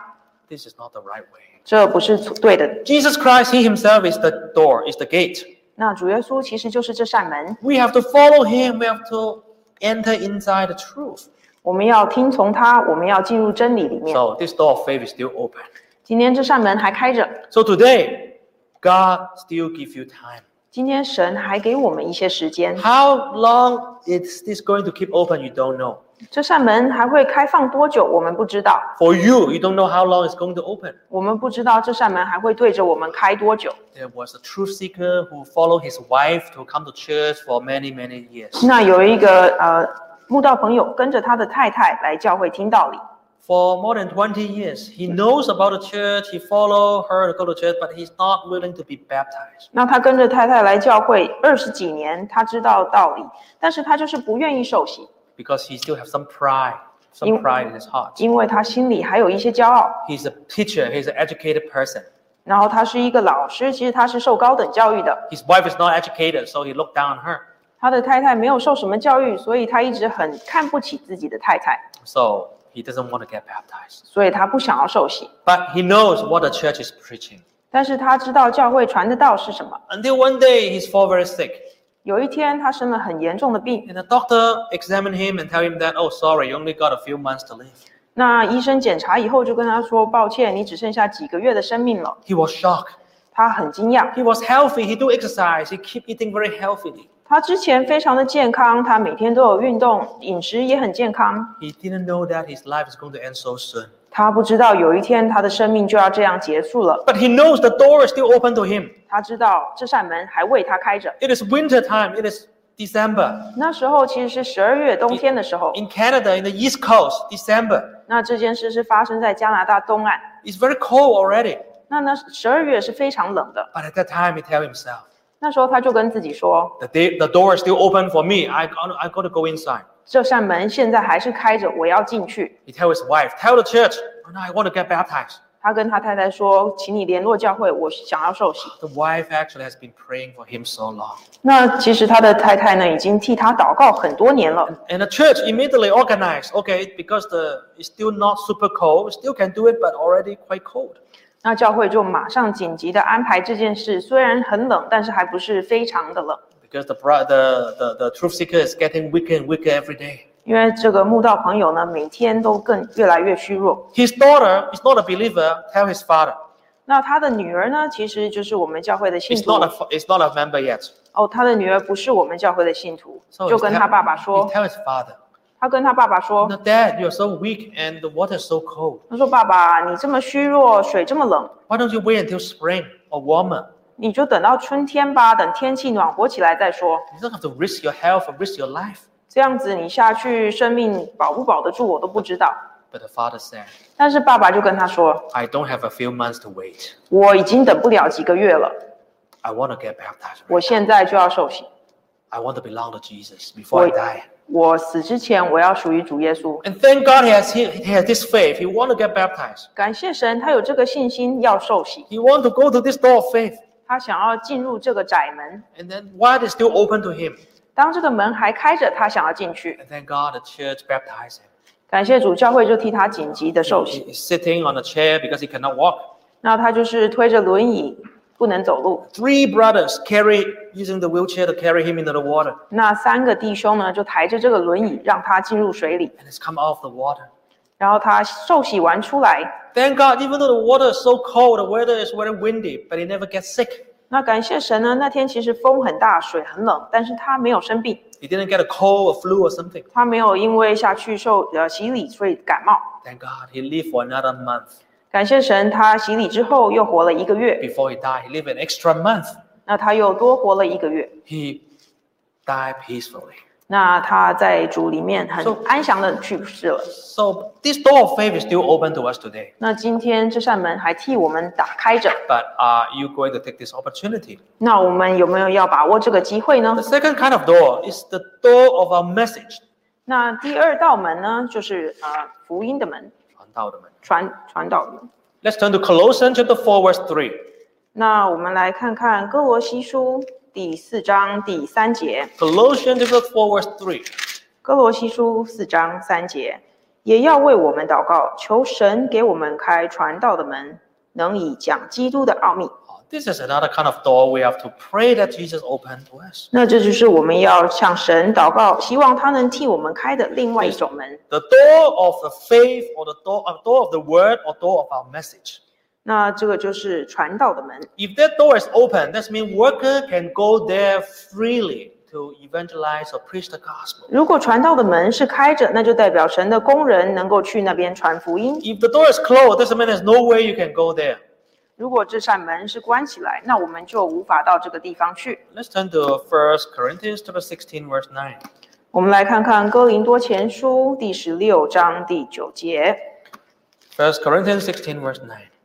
Speaker 1: This is not the right way.
Speaker 2: 这不是对的。
Speaker 1: Jesus Christ, He Himself is the door, is the gate.
Speaker 2: 那主耶稣其实就是这扇门，
Speaker 1: We have to follow Him, we have to enter inside the truth.
Speaker 2: 我们要听从他，我们要进入真理里面。
Speaker 1: So this door of faith is still open.
Speaker 2: 今天这扇门还开着，
Speaker 1: So today, God still gives you time.
Speaker 2: 今天神还给我们一些时间，
Speaker 1: How long is this going to keep open? You don't know.
Speaker 2: 这扇门还会开放多久，我们不知道，
Speaker 1: For you, you don't know how long it's going to open.
Speaker 2: 我们不知道这扇门还会对着我们开多久。
Speaker 1: There was a truth seeker who followed his wife to come to church for many, many years.
Speaker 2: 那有一个呃慕道朋友跟着他的太太来教会听道理，
Speaker 1: For more than 20 years, he knows about the church, he followed her to go to church, but he's not willing to be baptized.
Speaker 2: 那他跟着太太来教会二十几年，他知道道理，但是他就是不愿意受洗。
Speaker 1: because he still has some pride, some
Speaker 2: You-
Speaker 1: pride in his heart.
Speaker 2: 因为他心里还有一些骄傲。
Speaker 1: He's a teacher, he's an educated person.
Speaker 2: 然后他是一个老师，其实他是受高等教育的，
Speaker 1: His wife is not educated, so he looked down on her.
Speaker 2: 他的太太没有受什么教育，所以他一直很看不起自己的太太，
Speaker 1: So he doesn't want to get baptized.
Speaker 2: 所以他不想要受洗。
Speaker 1: But he knows what the church is preaching.
Speaker 2: 但是他知道教会传的道是什么。
Speaker 1: Until one day he's fall very sick.
Speaker 2: 有一天，他生了很严重的病，
Speaker 1: And the doctor examined him and tell him that, oh sorry, you only got a few months to live.
Speaker 2: 那医生检查以后就跟他说：“抱歉，你只剩下几个月的生命了。
Speaker 1: He was shocked. ”
Speaker 2: 他很惊讶，
Speaker 1: He was healthy, he do exercise, he keep eating very healthily.
Speaker 2: 他之前非常的健康，他每天都有运动，饮食也很健康。
Speaker 1: He didn't know that his life is going to end so soon.
Speaker 2: 他不知道有一天他的生命就要这样结束了。
Speaker 1: But he knows the door is still open to him.
Speaker 2: 他知道这扇门还为他开着。
Speaker 1: It is winter time. It is December
Speaker 2: 那时候其实是十二月冬天的时候，
Speaker 1: in Canada, in the East Coast. December
Speaker 2: 那这件事是发生在加拿大东岸。
Speaker 1: it's very cold already.
Speaker 2: 那那十二月是非常冷的，
Speaker 1: But at that time, he tell himself,
Speaker 2: 那时候他就跟自己说，
Speaker 1: the, day, the door is still open for me. I got, I got to go inside.
Speaker 2: 这扇门现在还是开着，我要进去。
Speaker 1: He tell his wife, tell the church, "Oh, no, I want to get baptized.
Speaker 2: 他跟他太太说，请你联络教会，我想要受洗。
Speaker 1: The wife actually has been praying for him so long.
Speaker 2: 那其实他的太太呢，已经替他祷告很多年了。
Speaker 1: And the church immediately organized, okay, because the it's still not super cold, still can do it, but already quite cold.
Speaker 2: 那教会就马上紧急的安排这件事，虽然很冷，但是还不是非常的冷，
Speaker 1: Because the, bro- the, the, the truth seeker is getting weaker and weaker every day.
Speaker 2: 因为这个慕道朋友呢，每天都更越来越虚弱。
Speaker 1: His daughter is not a believer. Tell his father.
Speaker 2: 那他的女儿呢，其实就是我们教会的信
Speaker 1: It's
Speaker 2: 徒
Speaker 1: not a it's not a member yet.
Speaker 2: 哦。他的女儿不是我们教会的信徒，就
Speaker 1: he
Speaker 2: 跟
Speaker 1: tell-
Speaker 2: 他爸爸
Speaker 1: he
Speaker 2: 说，
Speaker 1: tell his father.
Speaker 2: 他跟他爸爸说
Speaker 1: Now, Dad, you're so weak and the water's so cold.
Speaker 2: 他说：“爸爸，你这么虚弱，水这么冷，
Speaker 1: Why don't you wait until spring or warmer?
Speaker 2: 你就等到春天吧，等天气暖和起来再说。
Speaker 1: You don't have to risk your health or risk your life.
Speaker 2: 这样子你下去，生命保不保得住我都不知道。
Speaker 1: But the father said,
Speaker 2: 但是爸爸就跟他说
Speaker 1: I don't have a few months to wait.：“
Speaker 2: 我已经等不了几个月了，
Speaker 1: I want to get baptized.
Speaker 2: 我现在就要受洗。
Speaker 1: I want to belong to Jesus before I
Speaker 2: Wait.
Speaker 1: die.
Speaker 2: 我死之前，我要属于主耶稣。
Speaker 1: And thank God he has, he, he has this faith. He want to get baptized. ”
Speaker 2: 感谢神，他有这个信心要受洗，
Speaker 1: He want to go to this door of faith.
Speaker 2: 他想要进入这个窄门。
Speaker 1: And then while it's still open to him,
Speaker 2: 当这个门还开着，他想要进去。
Speaker 1: and then God, the church baptized him.
Speaker 2: 感谢主，教会就替他紧急的受
Speaker 1: He-
Speaker 2: 洗。
Speaker 1: He's sitting on a chair because he cannot walk.
Speaker 2: 那他就是推着轮椅，不能走路。
Speaker 1: Three brothers carry using the wheelchair to carry him into the water,
Speaker 2: 那三个弟兄呢，就抬着这个轮椅，让他进入水里。
Speaker 1: and he's come out of the water.
Speaker 2: 然后他受洗完出来，
Speaker 1: Thank God, even though the water is so cold, the weather is very windy, but he never gets sick.
Speaker 2: 那感谢神呢，那天其实风很大，水很冷，但是他没有生病，
Speaker 1: He didn't get a cold or flu or something.
Speaker 2: 他没有因为下去受呃洗礼所以感冒。
Speaker 1: Thank God, he lived for another month.
Speaker 2: 感谢神，他洗礼之后又活了一个月，
Speaker 1: Before he died, he lived an extra month.
Speaker 2: 那他又多活了一个月。
Speaker 1: He died peacefully.
Speaker 2: 那他在主里面很
Speaker 1: So-
Speaker 2: 安详的去世了。
Speaker 1: So this door of faith is still open to us today.
Speaker 2: 那今天这扇门还替我们打开着，
Speaker 1: But are you going to take this opportunity?
Speaker 2: 那我们有没有要把握这个机会呢
Speaker 1: The？second kind of door is the door of our message.
Speaker 2: 那第二道门呢，就是呃福音的门，传传道门。
Speaker 1: Let's turn to Colossians chapter 4, verse 3.
Speaker 2: 那我们来看看哥罗西书第四章第三节，
Speaker 1: Colossians chapter 4, verse 3.
Speaker 2: 哥罗西书四章三节，也要为我们祷告，求神给我们开传道的门，能以讲基督的奥秘。
Speaker 1: Oh, This is another kind of door we have to pray that Jesus open to us.
Speaker 2: 那这就是我们要向神祷告，希望他能替我们开的另外一种门。
Speaker 1: The door of the faith or the door, uh, door of the word or door of our message.
Speaker 2: 那这个就是传道的门。
Speaker 1: If that door is open, that means worker can go there freely to evangelize or preach the gospel.
Speaker 2: 如果传道的门是开着，那就代表神的工人能够去那边传福音；
Speaker 1: If the door is closed, doesn't mean there's no way you can go there.
Speaker 2: 如果这扇门是关起来，那我们就无法到这个地方去。
Speaker 1: Let's turn to 1 Corinthians chapter 16, verse 9.
Speaker 2: 我们来看看《哥林多前书》第十六章第九节，
Speaker 1: 1 Corinthians 16, verse 9.
Speaker 2: 《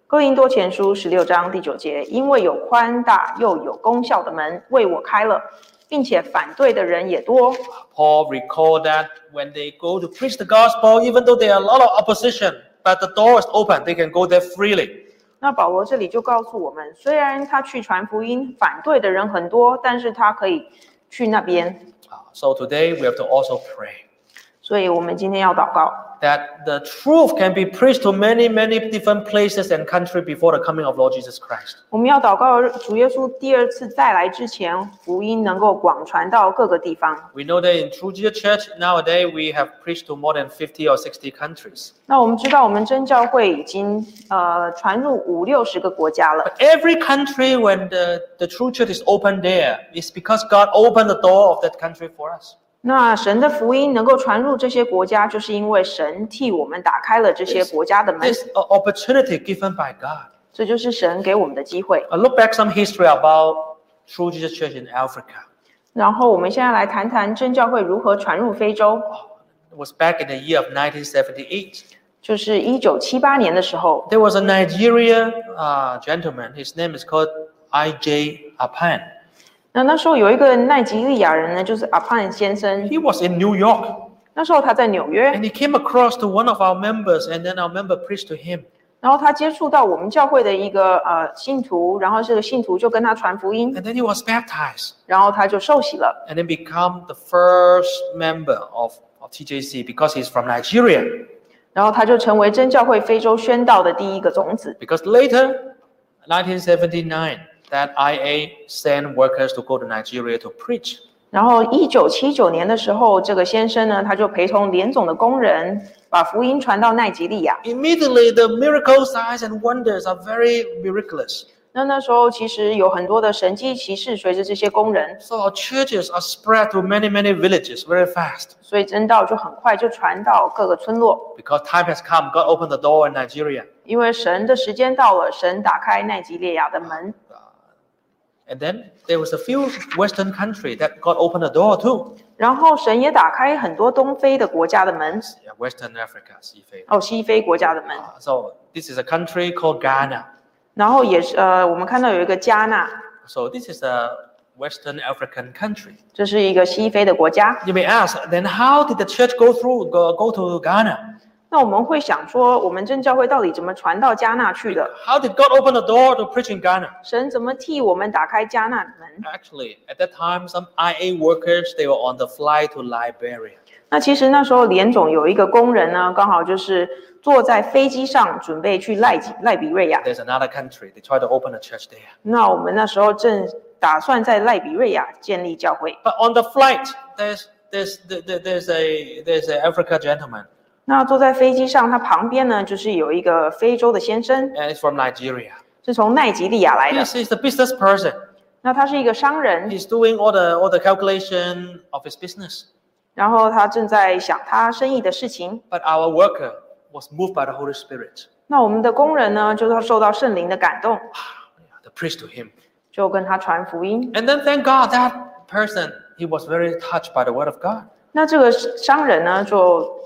Speaker 2: 哥林多前书》十六章第九节，因为有宽大又有功效的门为我开了，并且反对的人也多。
Speaker 1: Paul recalled that when they go to preach the gospel, even though there are a lot of opposition, but the door is open, they can go there freely.
Speaker 2: 那保罗这里就告诉我们，虽然他去传福音，反对的人很多，但是他可以去那边。
Speaker 1: Uh, So today we have to also pray
Speaker 2: 所以我们今天要祷告，
Speaker 1: that the truth can be preached to many, many different places and countries before the coming of Lord Jesus Christ.
Speaker 2: 我们要祷告主耶稣第二次再来之前，福音能够广传到各个地方。
Speaker 1: We know that in True Jesus Church nowadays we have preached to more than 50 or 60 countries.
Speaker 2: 那我们知道，我们真教会已经呃传入五六十个国家了。
Speaker 1: Every country when the, the true church is open there, it's because God opened the door of that country for us.
Speaker 2: 那神的福音能够传入这些国家，就是因为神替我们打开了这些国家的门，
Speaker 1: This uh, opportunity given by God.
Speaker 2: 这就是神给我们的机会。
Speaker 1: I look back some history about True Jesus Church in Africa.
Speaker 2: 然后我们现在来谈谈真教会如何传入非洲，
Speaker 1: It was back in the year of 1978.
Speaker 2: 就是一九七八年的时候，
Speaker 1: There was a Nigerian uh, gentleman. His name is called I.J. Apan.
Speaker 2: 那那时候有一个奈及利亚人呢，就是阿潘先生，
Speaker 1: He was in New York
Speaker 2: 那时候他在纽约。
Speaker 1: and he came across to one of our members and then our member preached to him.
Speaker 2: 然后他接触到我们教会的一个呃信徒，然后这个信徒就跟他传福音，
Speaker 1: And then he was baptized
Speaker 2: 然后他就受洗了。
Speaker 1: and then become the first member of, of TJC because he's from Nigeria.
Speaker 2: 然后他就成为真教会非洲宣道的第一个种子。
Speaker 1: Because later, 1979, that IA sent workers to go to Nigeria to preach.
Speaker 2: 然后，一九七九年的时候，这个先生呢，他就陪同联总的工人把福音传到奈及利亚。
Speaker 1: Immediately, the miracle signs and wonders are very miraculous.
Speaker 2: 那那时候其实有很多的神迹奇事随着这些工人，
Speaker 1: So our churches are spread to many, many villages very fast.
Speaker 2: 所以真道就很快就传到各个村落。
Speaker 1: Because time has come, God opened the door in Nigeria.
Speaker 2: 因为神的时间到了，神打开奈及利亚的门。
Speaker 1: And then there was a few Western country that God opened the door to.
Speaker 2: 然后神也打开很多东非的国家的门，
Speaker 1: Yeah, Western Africa, Sife.
Speaker 2: 哦，西非国家的门。
Speaker 1: Uh, So this is a country called Ghana.
Speaker 2: 然后也是呃，我们看到有一个加纳，
Speaker 1: So this is a Western African country.
Speaker 2: 这是一个西非的国家。
Speaker 1: You may ask, then how did the church go through go, go to Ghana?
Speaker 2: 那我们会想说，我们真教会到底怎么传到加纳去的？
Speaker 1: How did God open the door to preach in Ghana?
Speaker 2: 神怎么替我们打开加纳的门？
Speaker 1: Actually, at that time, some IA workers they were on the flight to Liberia.
Speaker 2: 那其实那时候连总有一个工人呢，刚好就是坐在飞机上准备去赖吉赖比瑞亚。
Speaker 1: There's another country. They tried to open a church there,
Speaker 2: 那我们那时候正打算在赖比瑞亚建立教会。
Speaker 1: but on the flight, there's there's there- there- there's a there's an Africa gentleman,
Speaker 2: 那坐在飞机上，他旁边呢就是有一个非洲的先生，
Speaker 1: and he's from Nigeria.
Speaker 2: 是从奈及利亚来的。
Speaker 1: He's, he's a business person.
Speaker 2: 那他是一个商人，
Speaker 1: He's doing all the all the calculation of his business.
Speaker 2: 然后他正在想他生意的事情。
Speaker 1: But our worker was moved by the Holy Spirit
Speaker 2: 那我们的工人呢，就是受到圣灵的感动，
Speaker 1: to preach to him.
Speaker 2: 就跟他传福音。
Speaker 1: And then thank God that person he was very touched by the word of God.
Speaker 2: 那这个商人呢，就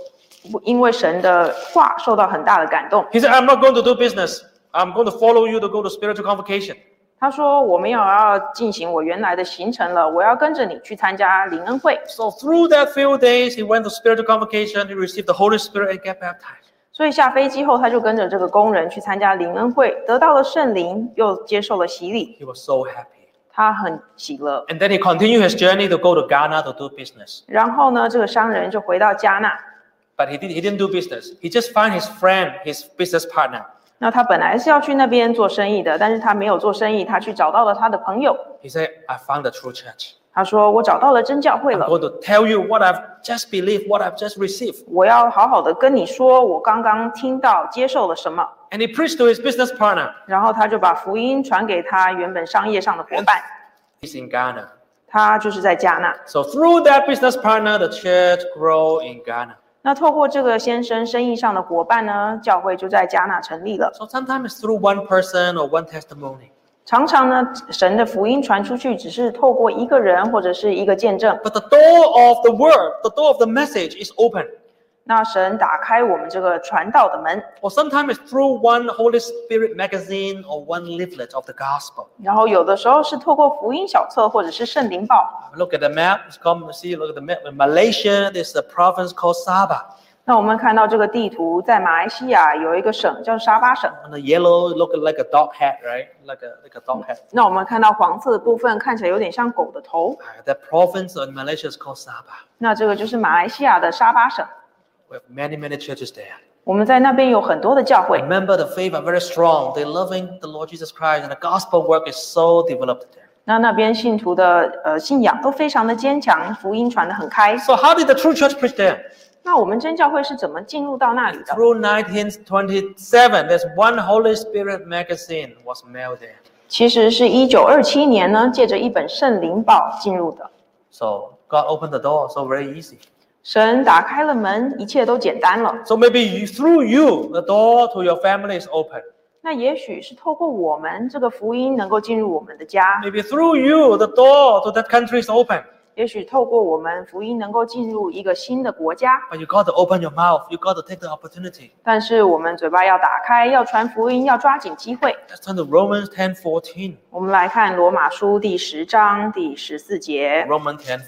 Speaker 2: 因为神的话受到很大的感动。
Speaker 1: He said, I'm not going to do business. I'm going to follow you to go to spiritual convocation.
Speaker 2: 他说：“我没有要进行我原来的行程了，我要跟着你去参加灵恩会。
Speaker 1: So through that few days, he went to spiritual convocation, he received the Holy Spirit and got baptized. ”
Speaker 2: 所以下飞机后，他就跟着这个工人去参加灵恩会，得到了圣灵，又接受了洗礼，
Speaker 1: He was so happy.
Speaker 2: 他很喜乐。
Speaker 1: And then he continued his journey to go to Ghana to do business.
Speaker 2: 然后呢，这个商人就回到加纳。
Speaker 1: But he, did, he didn't do business. He just found his friend, his business partner.
Speaker 2: 那他本来是要去那边做生意的，但是他没有做生意，他去找到了他的朋友。
Speaker 1: He said, I found the true church.
Speaker 2: 他说：“我找到了真教会
Speaker 1: I'm
Speaker 2: 了，
Speaker 1: going to tell you what I've just believed, what I've just received.
Speaker 2: 我要好好的跟你说，我刚刚听到接受了什么。
Speaker 1: And he preached to his business partner. ”
Speaker 2: 然后他就把福音传给他原本商业上的伙伴，
Speaker 1: He's in Ghana.
Speaker 2: 他就是在加纳。
Speaker 1: So through that business partner, the church grow in Ghana.
Speaker 2: 那透过这个先生生意上的伙伴呢，教会就在加纳成立了。
Speaker 1: So sometimes it's through one person or one testimony.
Speaker 2: 常常呢，神的福音传出去，只是透过一个人或者是一个见证，
Speaker 1: But the door of the word, the door of the message is open.
Speaker 2: 那神打开我们这个传道的门。
Speaker 1: Or sometimes it's through one Holy Spirit magazine or one leaflet of the gospel.
Speaker 2: 然后有的时候是透过福音小册或者是圣灵报。
Speaker 1: Look at the map. It's come see. Look at the map. In Malaysia, there's a province called Sabah.
Speaker 2: 那我们看到这个地图，在马来西亚有一个省叫沙巴省。
Speaker 1: On the yellow, look like a dog head, right? Like a like a dog head.
Speaker 2: 那我们看到黄色的部分看起来有点像狗的头，
Speaker 1: Uh, That province in Malaysia is called Sabah.
Speaker 2: 那这个就是马来西亚的沙巴省。
Speaker 1: We have many many churches there.
Speaker 2: 我们在那边有很多的教会，
Speaker 1: Remember, the faith are very strong. They're loving the Lord Jesus Christ, and the gospel work is so developed there.
Speaker 2: 那那边信徒的呃信仰都非常的坚强，福音传得很开。
Speaker 1: So, how did the true church preach there?
Speaker 2: 那我们真教会是怎么进入到那里的？
Speaker 1: Through 1927, there's one Holy Spirit magazine was mailed there.
Speaker 2: 其实是一九二七年呢，借着一本圣灵报进入的。
Speaker 1: So God opened the door, so very easy.
Speaker 2: 神打开了门，一切都简单了。
Speaker 1: So maybe you, through you, the door to your family is open.
Speaker 2: 那也许是透过我们这个福音能够进入我们的家，
Speaker 1: Maybe through you, the door to that country is open.
Speaker 2: 也许透过我们福音能够进入一个新的国家，
Speaker 1: But you got to open your mouth. You got to take the opportunity.
Speaker 2: 但是我们嘴巴要打开，要传福音，要抓紧机会。
Speaker 1: Let's turn to Romans 10:14.
Speaker 2: 我们来看罗马书第十章第十四节。
Speaker 1: Romans 10:14.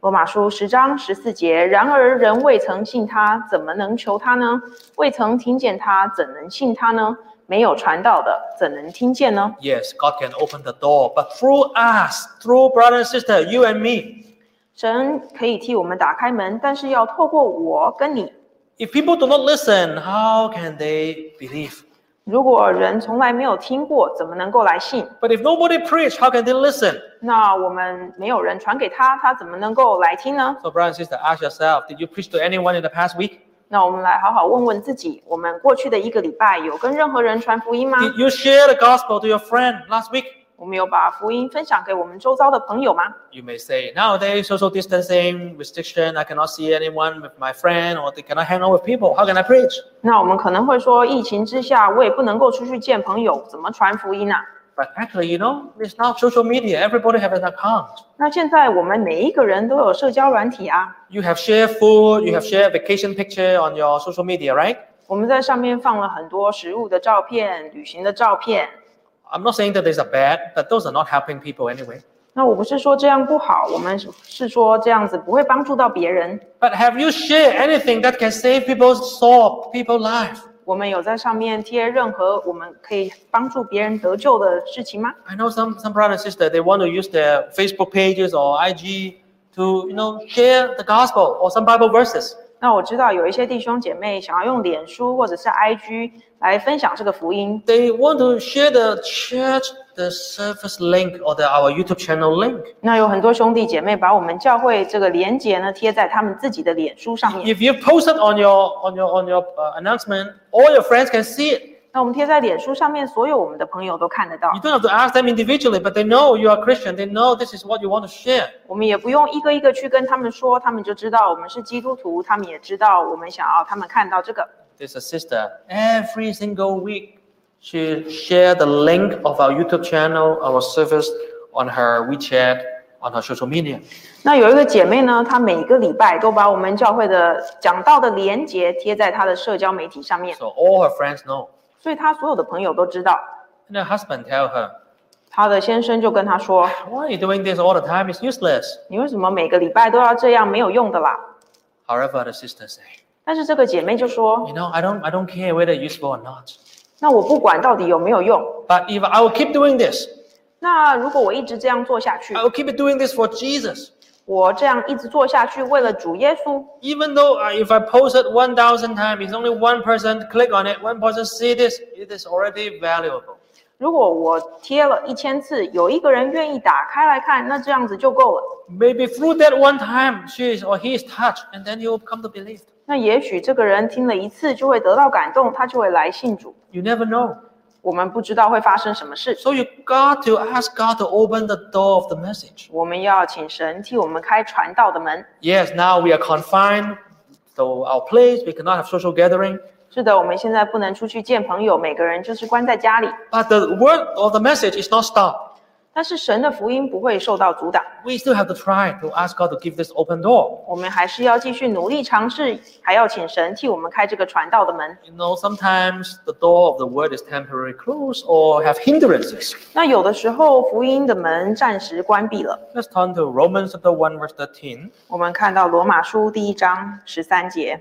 Speaker 2: 罗马书十章十四节，然而人未曾信他，怎么能求他呢？未曾听见他，怎能信他呢？没有传道的，怎能听见呢？
Speaker 1: Yes, God can open the door, but through us, through brother and sister, you and me.
Speaker 2: 神可以替我们打开门，但是要透过我跟你。
Speaker 1: If people do not listen, how can they believe?
Speaker 2: 如果人从来没有听过，怎么能够来信？
Speaker 1: But if nobody preach, how can they listen?
Speaker 2: 那我们没有人传给他，他怎么能够来听呢？
Speaker 1: So, brother and sister, ask yourself: Did you preach to anyone in the past week?
Speaker 2: 那我们来好好问问自己，我们过去的一个礼拜有跟任何人传福音吗？
Speaker 1: Did you share the gospel to your friend last week?
Speaker 2: 我们有把福音分享给我们周遭的朋友吗？
Speaker 1: You may say nowadays social distancing restriction. I cannot see anyone with my friend, or they cannot hang out with people. How can I preach?
Speaker 2: 那我们可能会说，疫情之下，我也不能够出去见朋友，怎么传福音啊？
Speaker 1: But actually, you know, it's now social media. Everybody have an account.
Speaker 2: 那现在我们每一个人都有社交软体啊，
Speaker 1: You have share food. You have share vacation picture on your social media, right?
Speaker 2: 我们在上面放了很多食物的照片、旅行的照片。
Speaker 1: I'm not saying that these are bad, but those are not helping people anyway.
Speaker 2: 那我不是说这样不好，我们是说这样子不会帮助到别人。
Speaker 1: But have you shared anything that can save people's soul, people's life?
Speaker 2: 我们有在上面贴任何我们可以帮助别人得救的事情吗？
Speaker 1: I know some some brother and sister they want to use their Facebook pages or IG to you know share the gospel or some Bible verses.
Speaker 2: 那我知道有一些弟兄姐妹想要用脸书或者是 IG 来分享这个福音，
Speaker 1: They want to share the church, the service link or the our YouTube channel link.
Speaker 2: 那有很多兄弟姐妹把我们教会这个连结呢贴在他们自己的脸书上面。
Speaker 1: If you post it on your on your on your uh, announcement, all your friends can see it.
Speaker 2: 那我们贴在脸书上面，所有我们的朋友都看得到
Speaker 1: You。don't have to ask them individually, but they know you are a Christian. They know this is what you want to share.
Speaker 2: 我们也不用一个一个去跟他们说，他们就知道我们是基督徒，他们也知道我们想要他们看到这个。
Speaker 1: There's a sister every single week. She share the link of our YouTube channel, our service on her WeChat, on her social media.
Speaker 2: 那有一个姐妹呢，她每个礼拜都把我们教会的讲到的连结贴在她的社交媒体上面，
Speaker 1: So all her friends know.
Speaker 2: 所以她所有的朋友都知道。
Speaker 1: And her husband tell her,
Speaker 2: 她的先生就跟她说
Speaker 1: "Why are you doing this all the time? It's useless."
Speaker 2: 你为什么每个礼拜都要这样没有用的啦？
Speaker 1: However, the sister say,
Speaker 2: 但是这个姐妹就说
Speaker 1: "You know, I don't, I don't care whether it's useful or not.
Speaker 2: 那我不管到底有没有用，
Speaker 1: But if I will keep doing this,
Speaker 2: 那如果我一直这样做下去
Speaker 1: I，will keep doing this for Jesus.
Speaker 2: 我这样一直做下去，为了主耶稣，
Speaker 1: Even though I, if I post it one thousand times, it's only one person click on it, one person see this, it is already valuable."
Speaker 2: 如果我贴了一千次，有一个人愿意打开来看，那这样子就够了。
Speaker 1: Maybe through that one time, she is or he is touched, and then you will come to believe.
Speaker 2: 那也许这个人听了一次就会得到感动，他就会来信主。
Speaker 1: You never know.
Speaker 2: 我们不知道会发生什么事，
Speaker 1: So you got to ask God to open the door of the message.
Speaker 2: 我们要请神替我们开传道的门。
Speaker 1: Yes, now we are confined to our place. We cannot have social gathering.
Speaker 2: 是的，我们现在不能出去见朋友，每个人就是关在家里。
Speaker 1: But the word or the message is not stopped.
Speaker 2: 但是神的福音不会受到阻挡，
Speaker 1: We still have to try to ask God to give this open door.
Speaker 2: 我们还是要继续努力尝试，还要请神替我们开这个传道的门。
Speaker 1: You know, sometimes the door of the word is temporarily closed or have hindrances.
Speaker 2: 那有的时候福音的门暂时关闭了。
Speaker 1: Let's turn to Romans chapter 1, verse 13.
Speaker 2: 我们看到罗马书第一章十三节，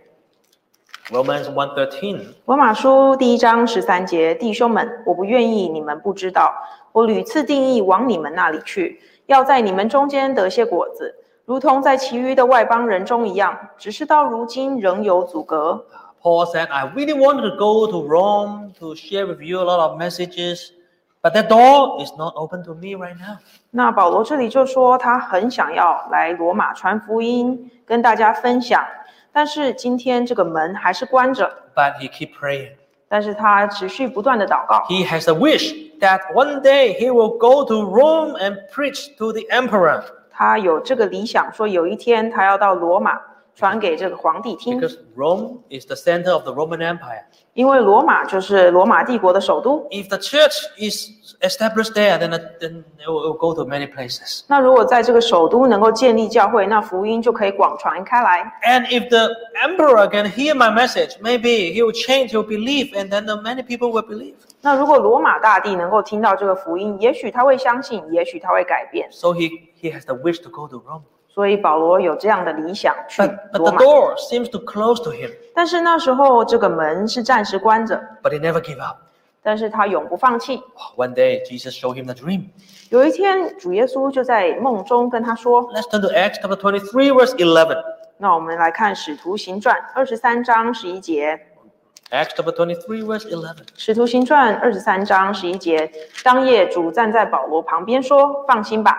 Speaker 1: Romans 1 13.
Speaker 2: 罗马书第一章十三节，弟兄们，我不愿意你们不知道，我屡次定义往你们那里去，要在你们中间得些果子，如同在其余的外邦人中一样，只是到如今仍有阻隔。
Speaker 1: Paul said, I really wanted to go to Rome to share with you a lot of messages, but that door is not open to me right now.
Speaker 2: 那保罗这里就说，他很想要来罗马传福音，跟大家分享，但是今天这个门还是关着，
Speaker 1: But he keep praying.
Speaker 2: 但是他持续不断的祷告。
Speaker 1: He has a wish that one day he will go to Rome and preach to the emperor
Speaker 2: 他有这个理想，说有一天他要到罗马传给这个皇帝听，
Speaker 1: because Rome is the center of the Roman Empire.
Speaker 2: 因为罗马就是罗马帝国的首都。
Speaker 1: If the church is established there, then, then it will it will go to many places.
Speaker 2: 那如果在这个首都能够建立教会，那福音就可以广传开来。
Speaker 1: And if the emperor can hear my message, maybe he will change, he'll believe, and then the many people will believe.
Speaker 2: 那如果罗马大帝能够听到这个福音，也许他会相信，也许他会改变。
Speaker 1: So he, he has the wish to go to Rome.
Speaker 2: 所以保罗有这样的理想去
Speaker 1: But, but
Speaker 2: 罗
Speaker 1: the
Speaker 2: 马，
Speaker 1: door seems to close to him,
Speaker 2: 但是那时候这个门是暂时关着，
Speaker 1: but he never gave up.
Speaker 2: 但是他永不放弃。
Speaker 1: One day, Jesus showed him the dream.
Speaker 2: 有一天，主耶稣就在梦中跟他说
Speaker 1: Let's turn to Acts chapter 23, verse 11.：“
Speaker 2: 那我们来看《使徒行传》二十三章十一节。”
Speaker 1: Acts chapter 23, verse 11.
Speaker 2: 使徒行传二十三章十一节，当夜主站在保罗旁边说：“放心吧，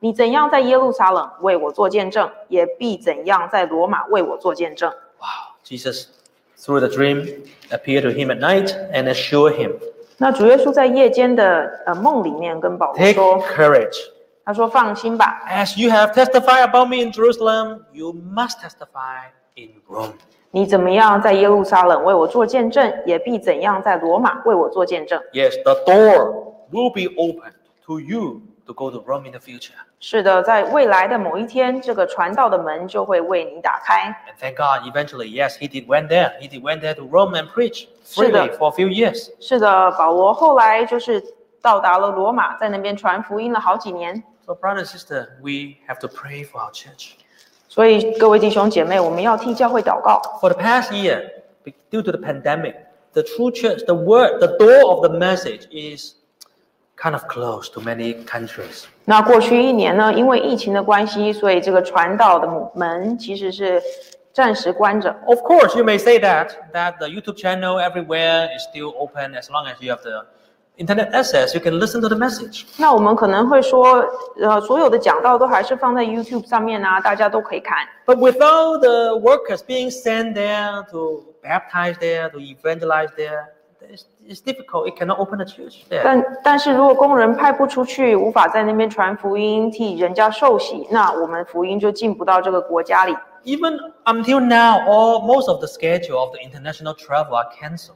Speaker 2: 你怎样在耶路撒冷为我做见证，也必怎样在罗马为我做见证。
Speaker 1: Wow, Jesus, through the dream, appeared to him at night and assured him, ”
Speaker 2: 那主耶稣在夜间的呃梦里面跟保罗
Speaker 1: Take
Speaker 2: 说
Speaker 1: courage.：“
Speaker 2: 他说放心吧，
Speaker 1: As you have testified about me in Jerusalem, you must testify in Rome.
Speaker 2: 你怎么样在耶路撒冷为我做见证，也必怎样在罗马为我做见证。
Speaker 1: Yes, the door will be opened to you to go to Rome in the future.
Speaker 2: 是的，在未来的某一天，这个传道的门就会为你打开。
Speaker 1: And thank God, eventually, yes, he did went there. He did went there to Rome and preach freely
Speaker 2: Sure.
Speaker 1: for a few years.
Speaker 2: 是的，保罗后来就是到达了罗马，在那边传福音了好几年。
Speaker 1: So, brother and sister, we have to pray for our church.
Speaker 2: 所以各位弟兄姐妹，我们要替教会祷告。
Speaker 1: For the past year, be- due to the pandemic, the true church, the word, the door of the message is kind of closed to many countries.
Speaker 2: 那过去一年呢，因为疫情的关系，所以这个传道的母门其实是暂时关着。
Speaker 1: Of course, you may say that that the YouTube channel everywhere is still open as long as you have the internet access, you can listen to the message.
Speaker 2: 那我们可能会说，呃，所有的讲道都还是放在 YouTube 上面啊，大家都可以看。
Speaker 1: But without the workers being sent there to baptize there, to evangelize there, it's, it's difficult. It cannot open a church there.
Speaker 2: 但但是如果工人派不出去，无法在那边传福音，替人家受洗，那我们福音就进不到这个国家里。
Speaker 1: Even until now, all most of the schedule of the international travel are cancelled.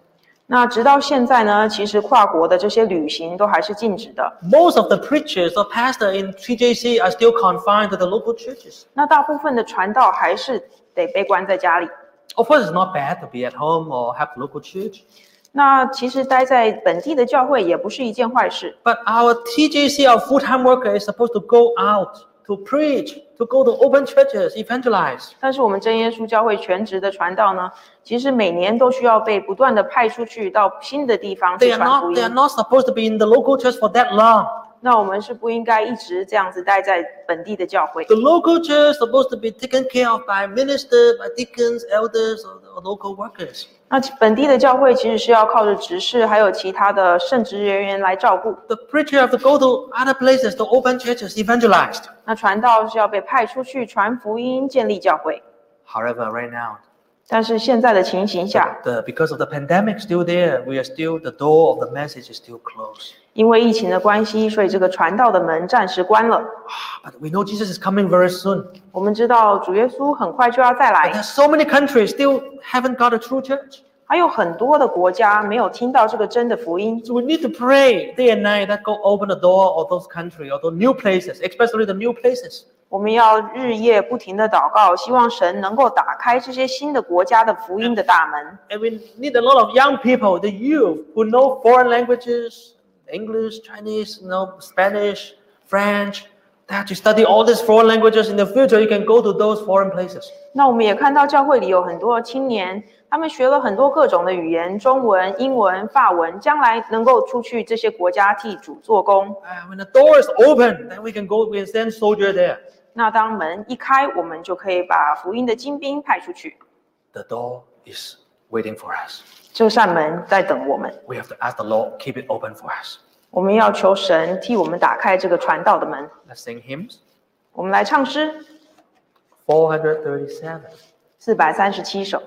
Speaker 2: 那直到现在呢，其实跨国的这些旅行都还是禁止的。
Speaker 1: Most of the preachers or pastors in TJC are still confined to the local churches.
Speaker 2: 那大部分的传道还是得被关在家里。
Speaker 1: Of course, it's not bad to be at home or have a local church.
Speaker 2: 那其实待在本地的教会也不是一件坏事。
Speaker 1: But our TJC, our full-time worker, is supposed to go out to preach, to go to open churches, evangelize.
Speaker 2: 但是我们真耶稣教会全职的传道呢，其实每年都需要被不断的派出去到新的地方去
Speaker 1: They are
Speaker 2: 传福
Speaker 1: not. They are
Speaker 2: 音。
Speaker 1: not supposed to be in the local church for that long.
Speaker 2: 那我们是不应该一直这样子待在本地的教会
Speaker 1: The。local church is supposed to be taken care of by ministers, by deacons, elders, or, or local workers.
Speaker 2: 那本地的教会其实是要靠着执事还有其他的圣职人员来照顾。
Speaker 1: The preacher have to go to other places to open churches, evangelize.
Speaker 2: 那传道是要被派出去传福音、建立教会。
Speaker 1: However, right now,
Speaker 2: 但是现在的情形下，
Speaker 1: the, because of the pandemic still there, we are still the door of the message is still closed.
Speaker 2: 因为疫情的关系，所以这个传道的门暂时关了。
Speaker 1: But we know Jesus is coming very soon.
Speaker 2: 我们知道主耶稣很快就要再
Speaker 1: But
Speaker 2: 来，
Speaker 1: there's so many countries still haven't got a true church.
Speaker 2: 还有很多的国家没有听到这个真的福音，
Speaker 1: So we need to pray day and night that God open the door of those countries or those new places, especially the new places.
Speaker 2: 我们要日夜不停的祷告，希望神能够打开这些新的国家的福音的大门。
Speaker 1: And we need a lot of young people, the youth who know foreign languages, English, Chinese, you know, Spanish, French. That you study all these foreign languages in the future, you can go to those foreign places.
Speaker 2: 那我们也看到教会里有很多青年，他们学了很多各种的语言，中文、英文、法文，将来能够出去这些国家替主做工。
Speaker 1: Uh, when the door is open, then we can go. We can send soldier there.
Speaker 2: 那当门一开，我们就可以把福音的精兵派出去。
Speaker 1: The door is waiting for us.
Speaker 2: 这扇门在等我们，
Speaker 1: We have to ask the Lord keep it open for us.
Speaker 2: 我们要求神替我们打开这个传道的门。
Speaker 1: Let's sing hymns.
Speaker 2: 我们来唱诗
Speaker 1: 437.
Speaker 2: 四百三十七首。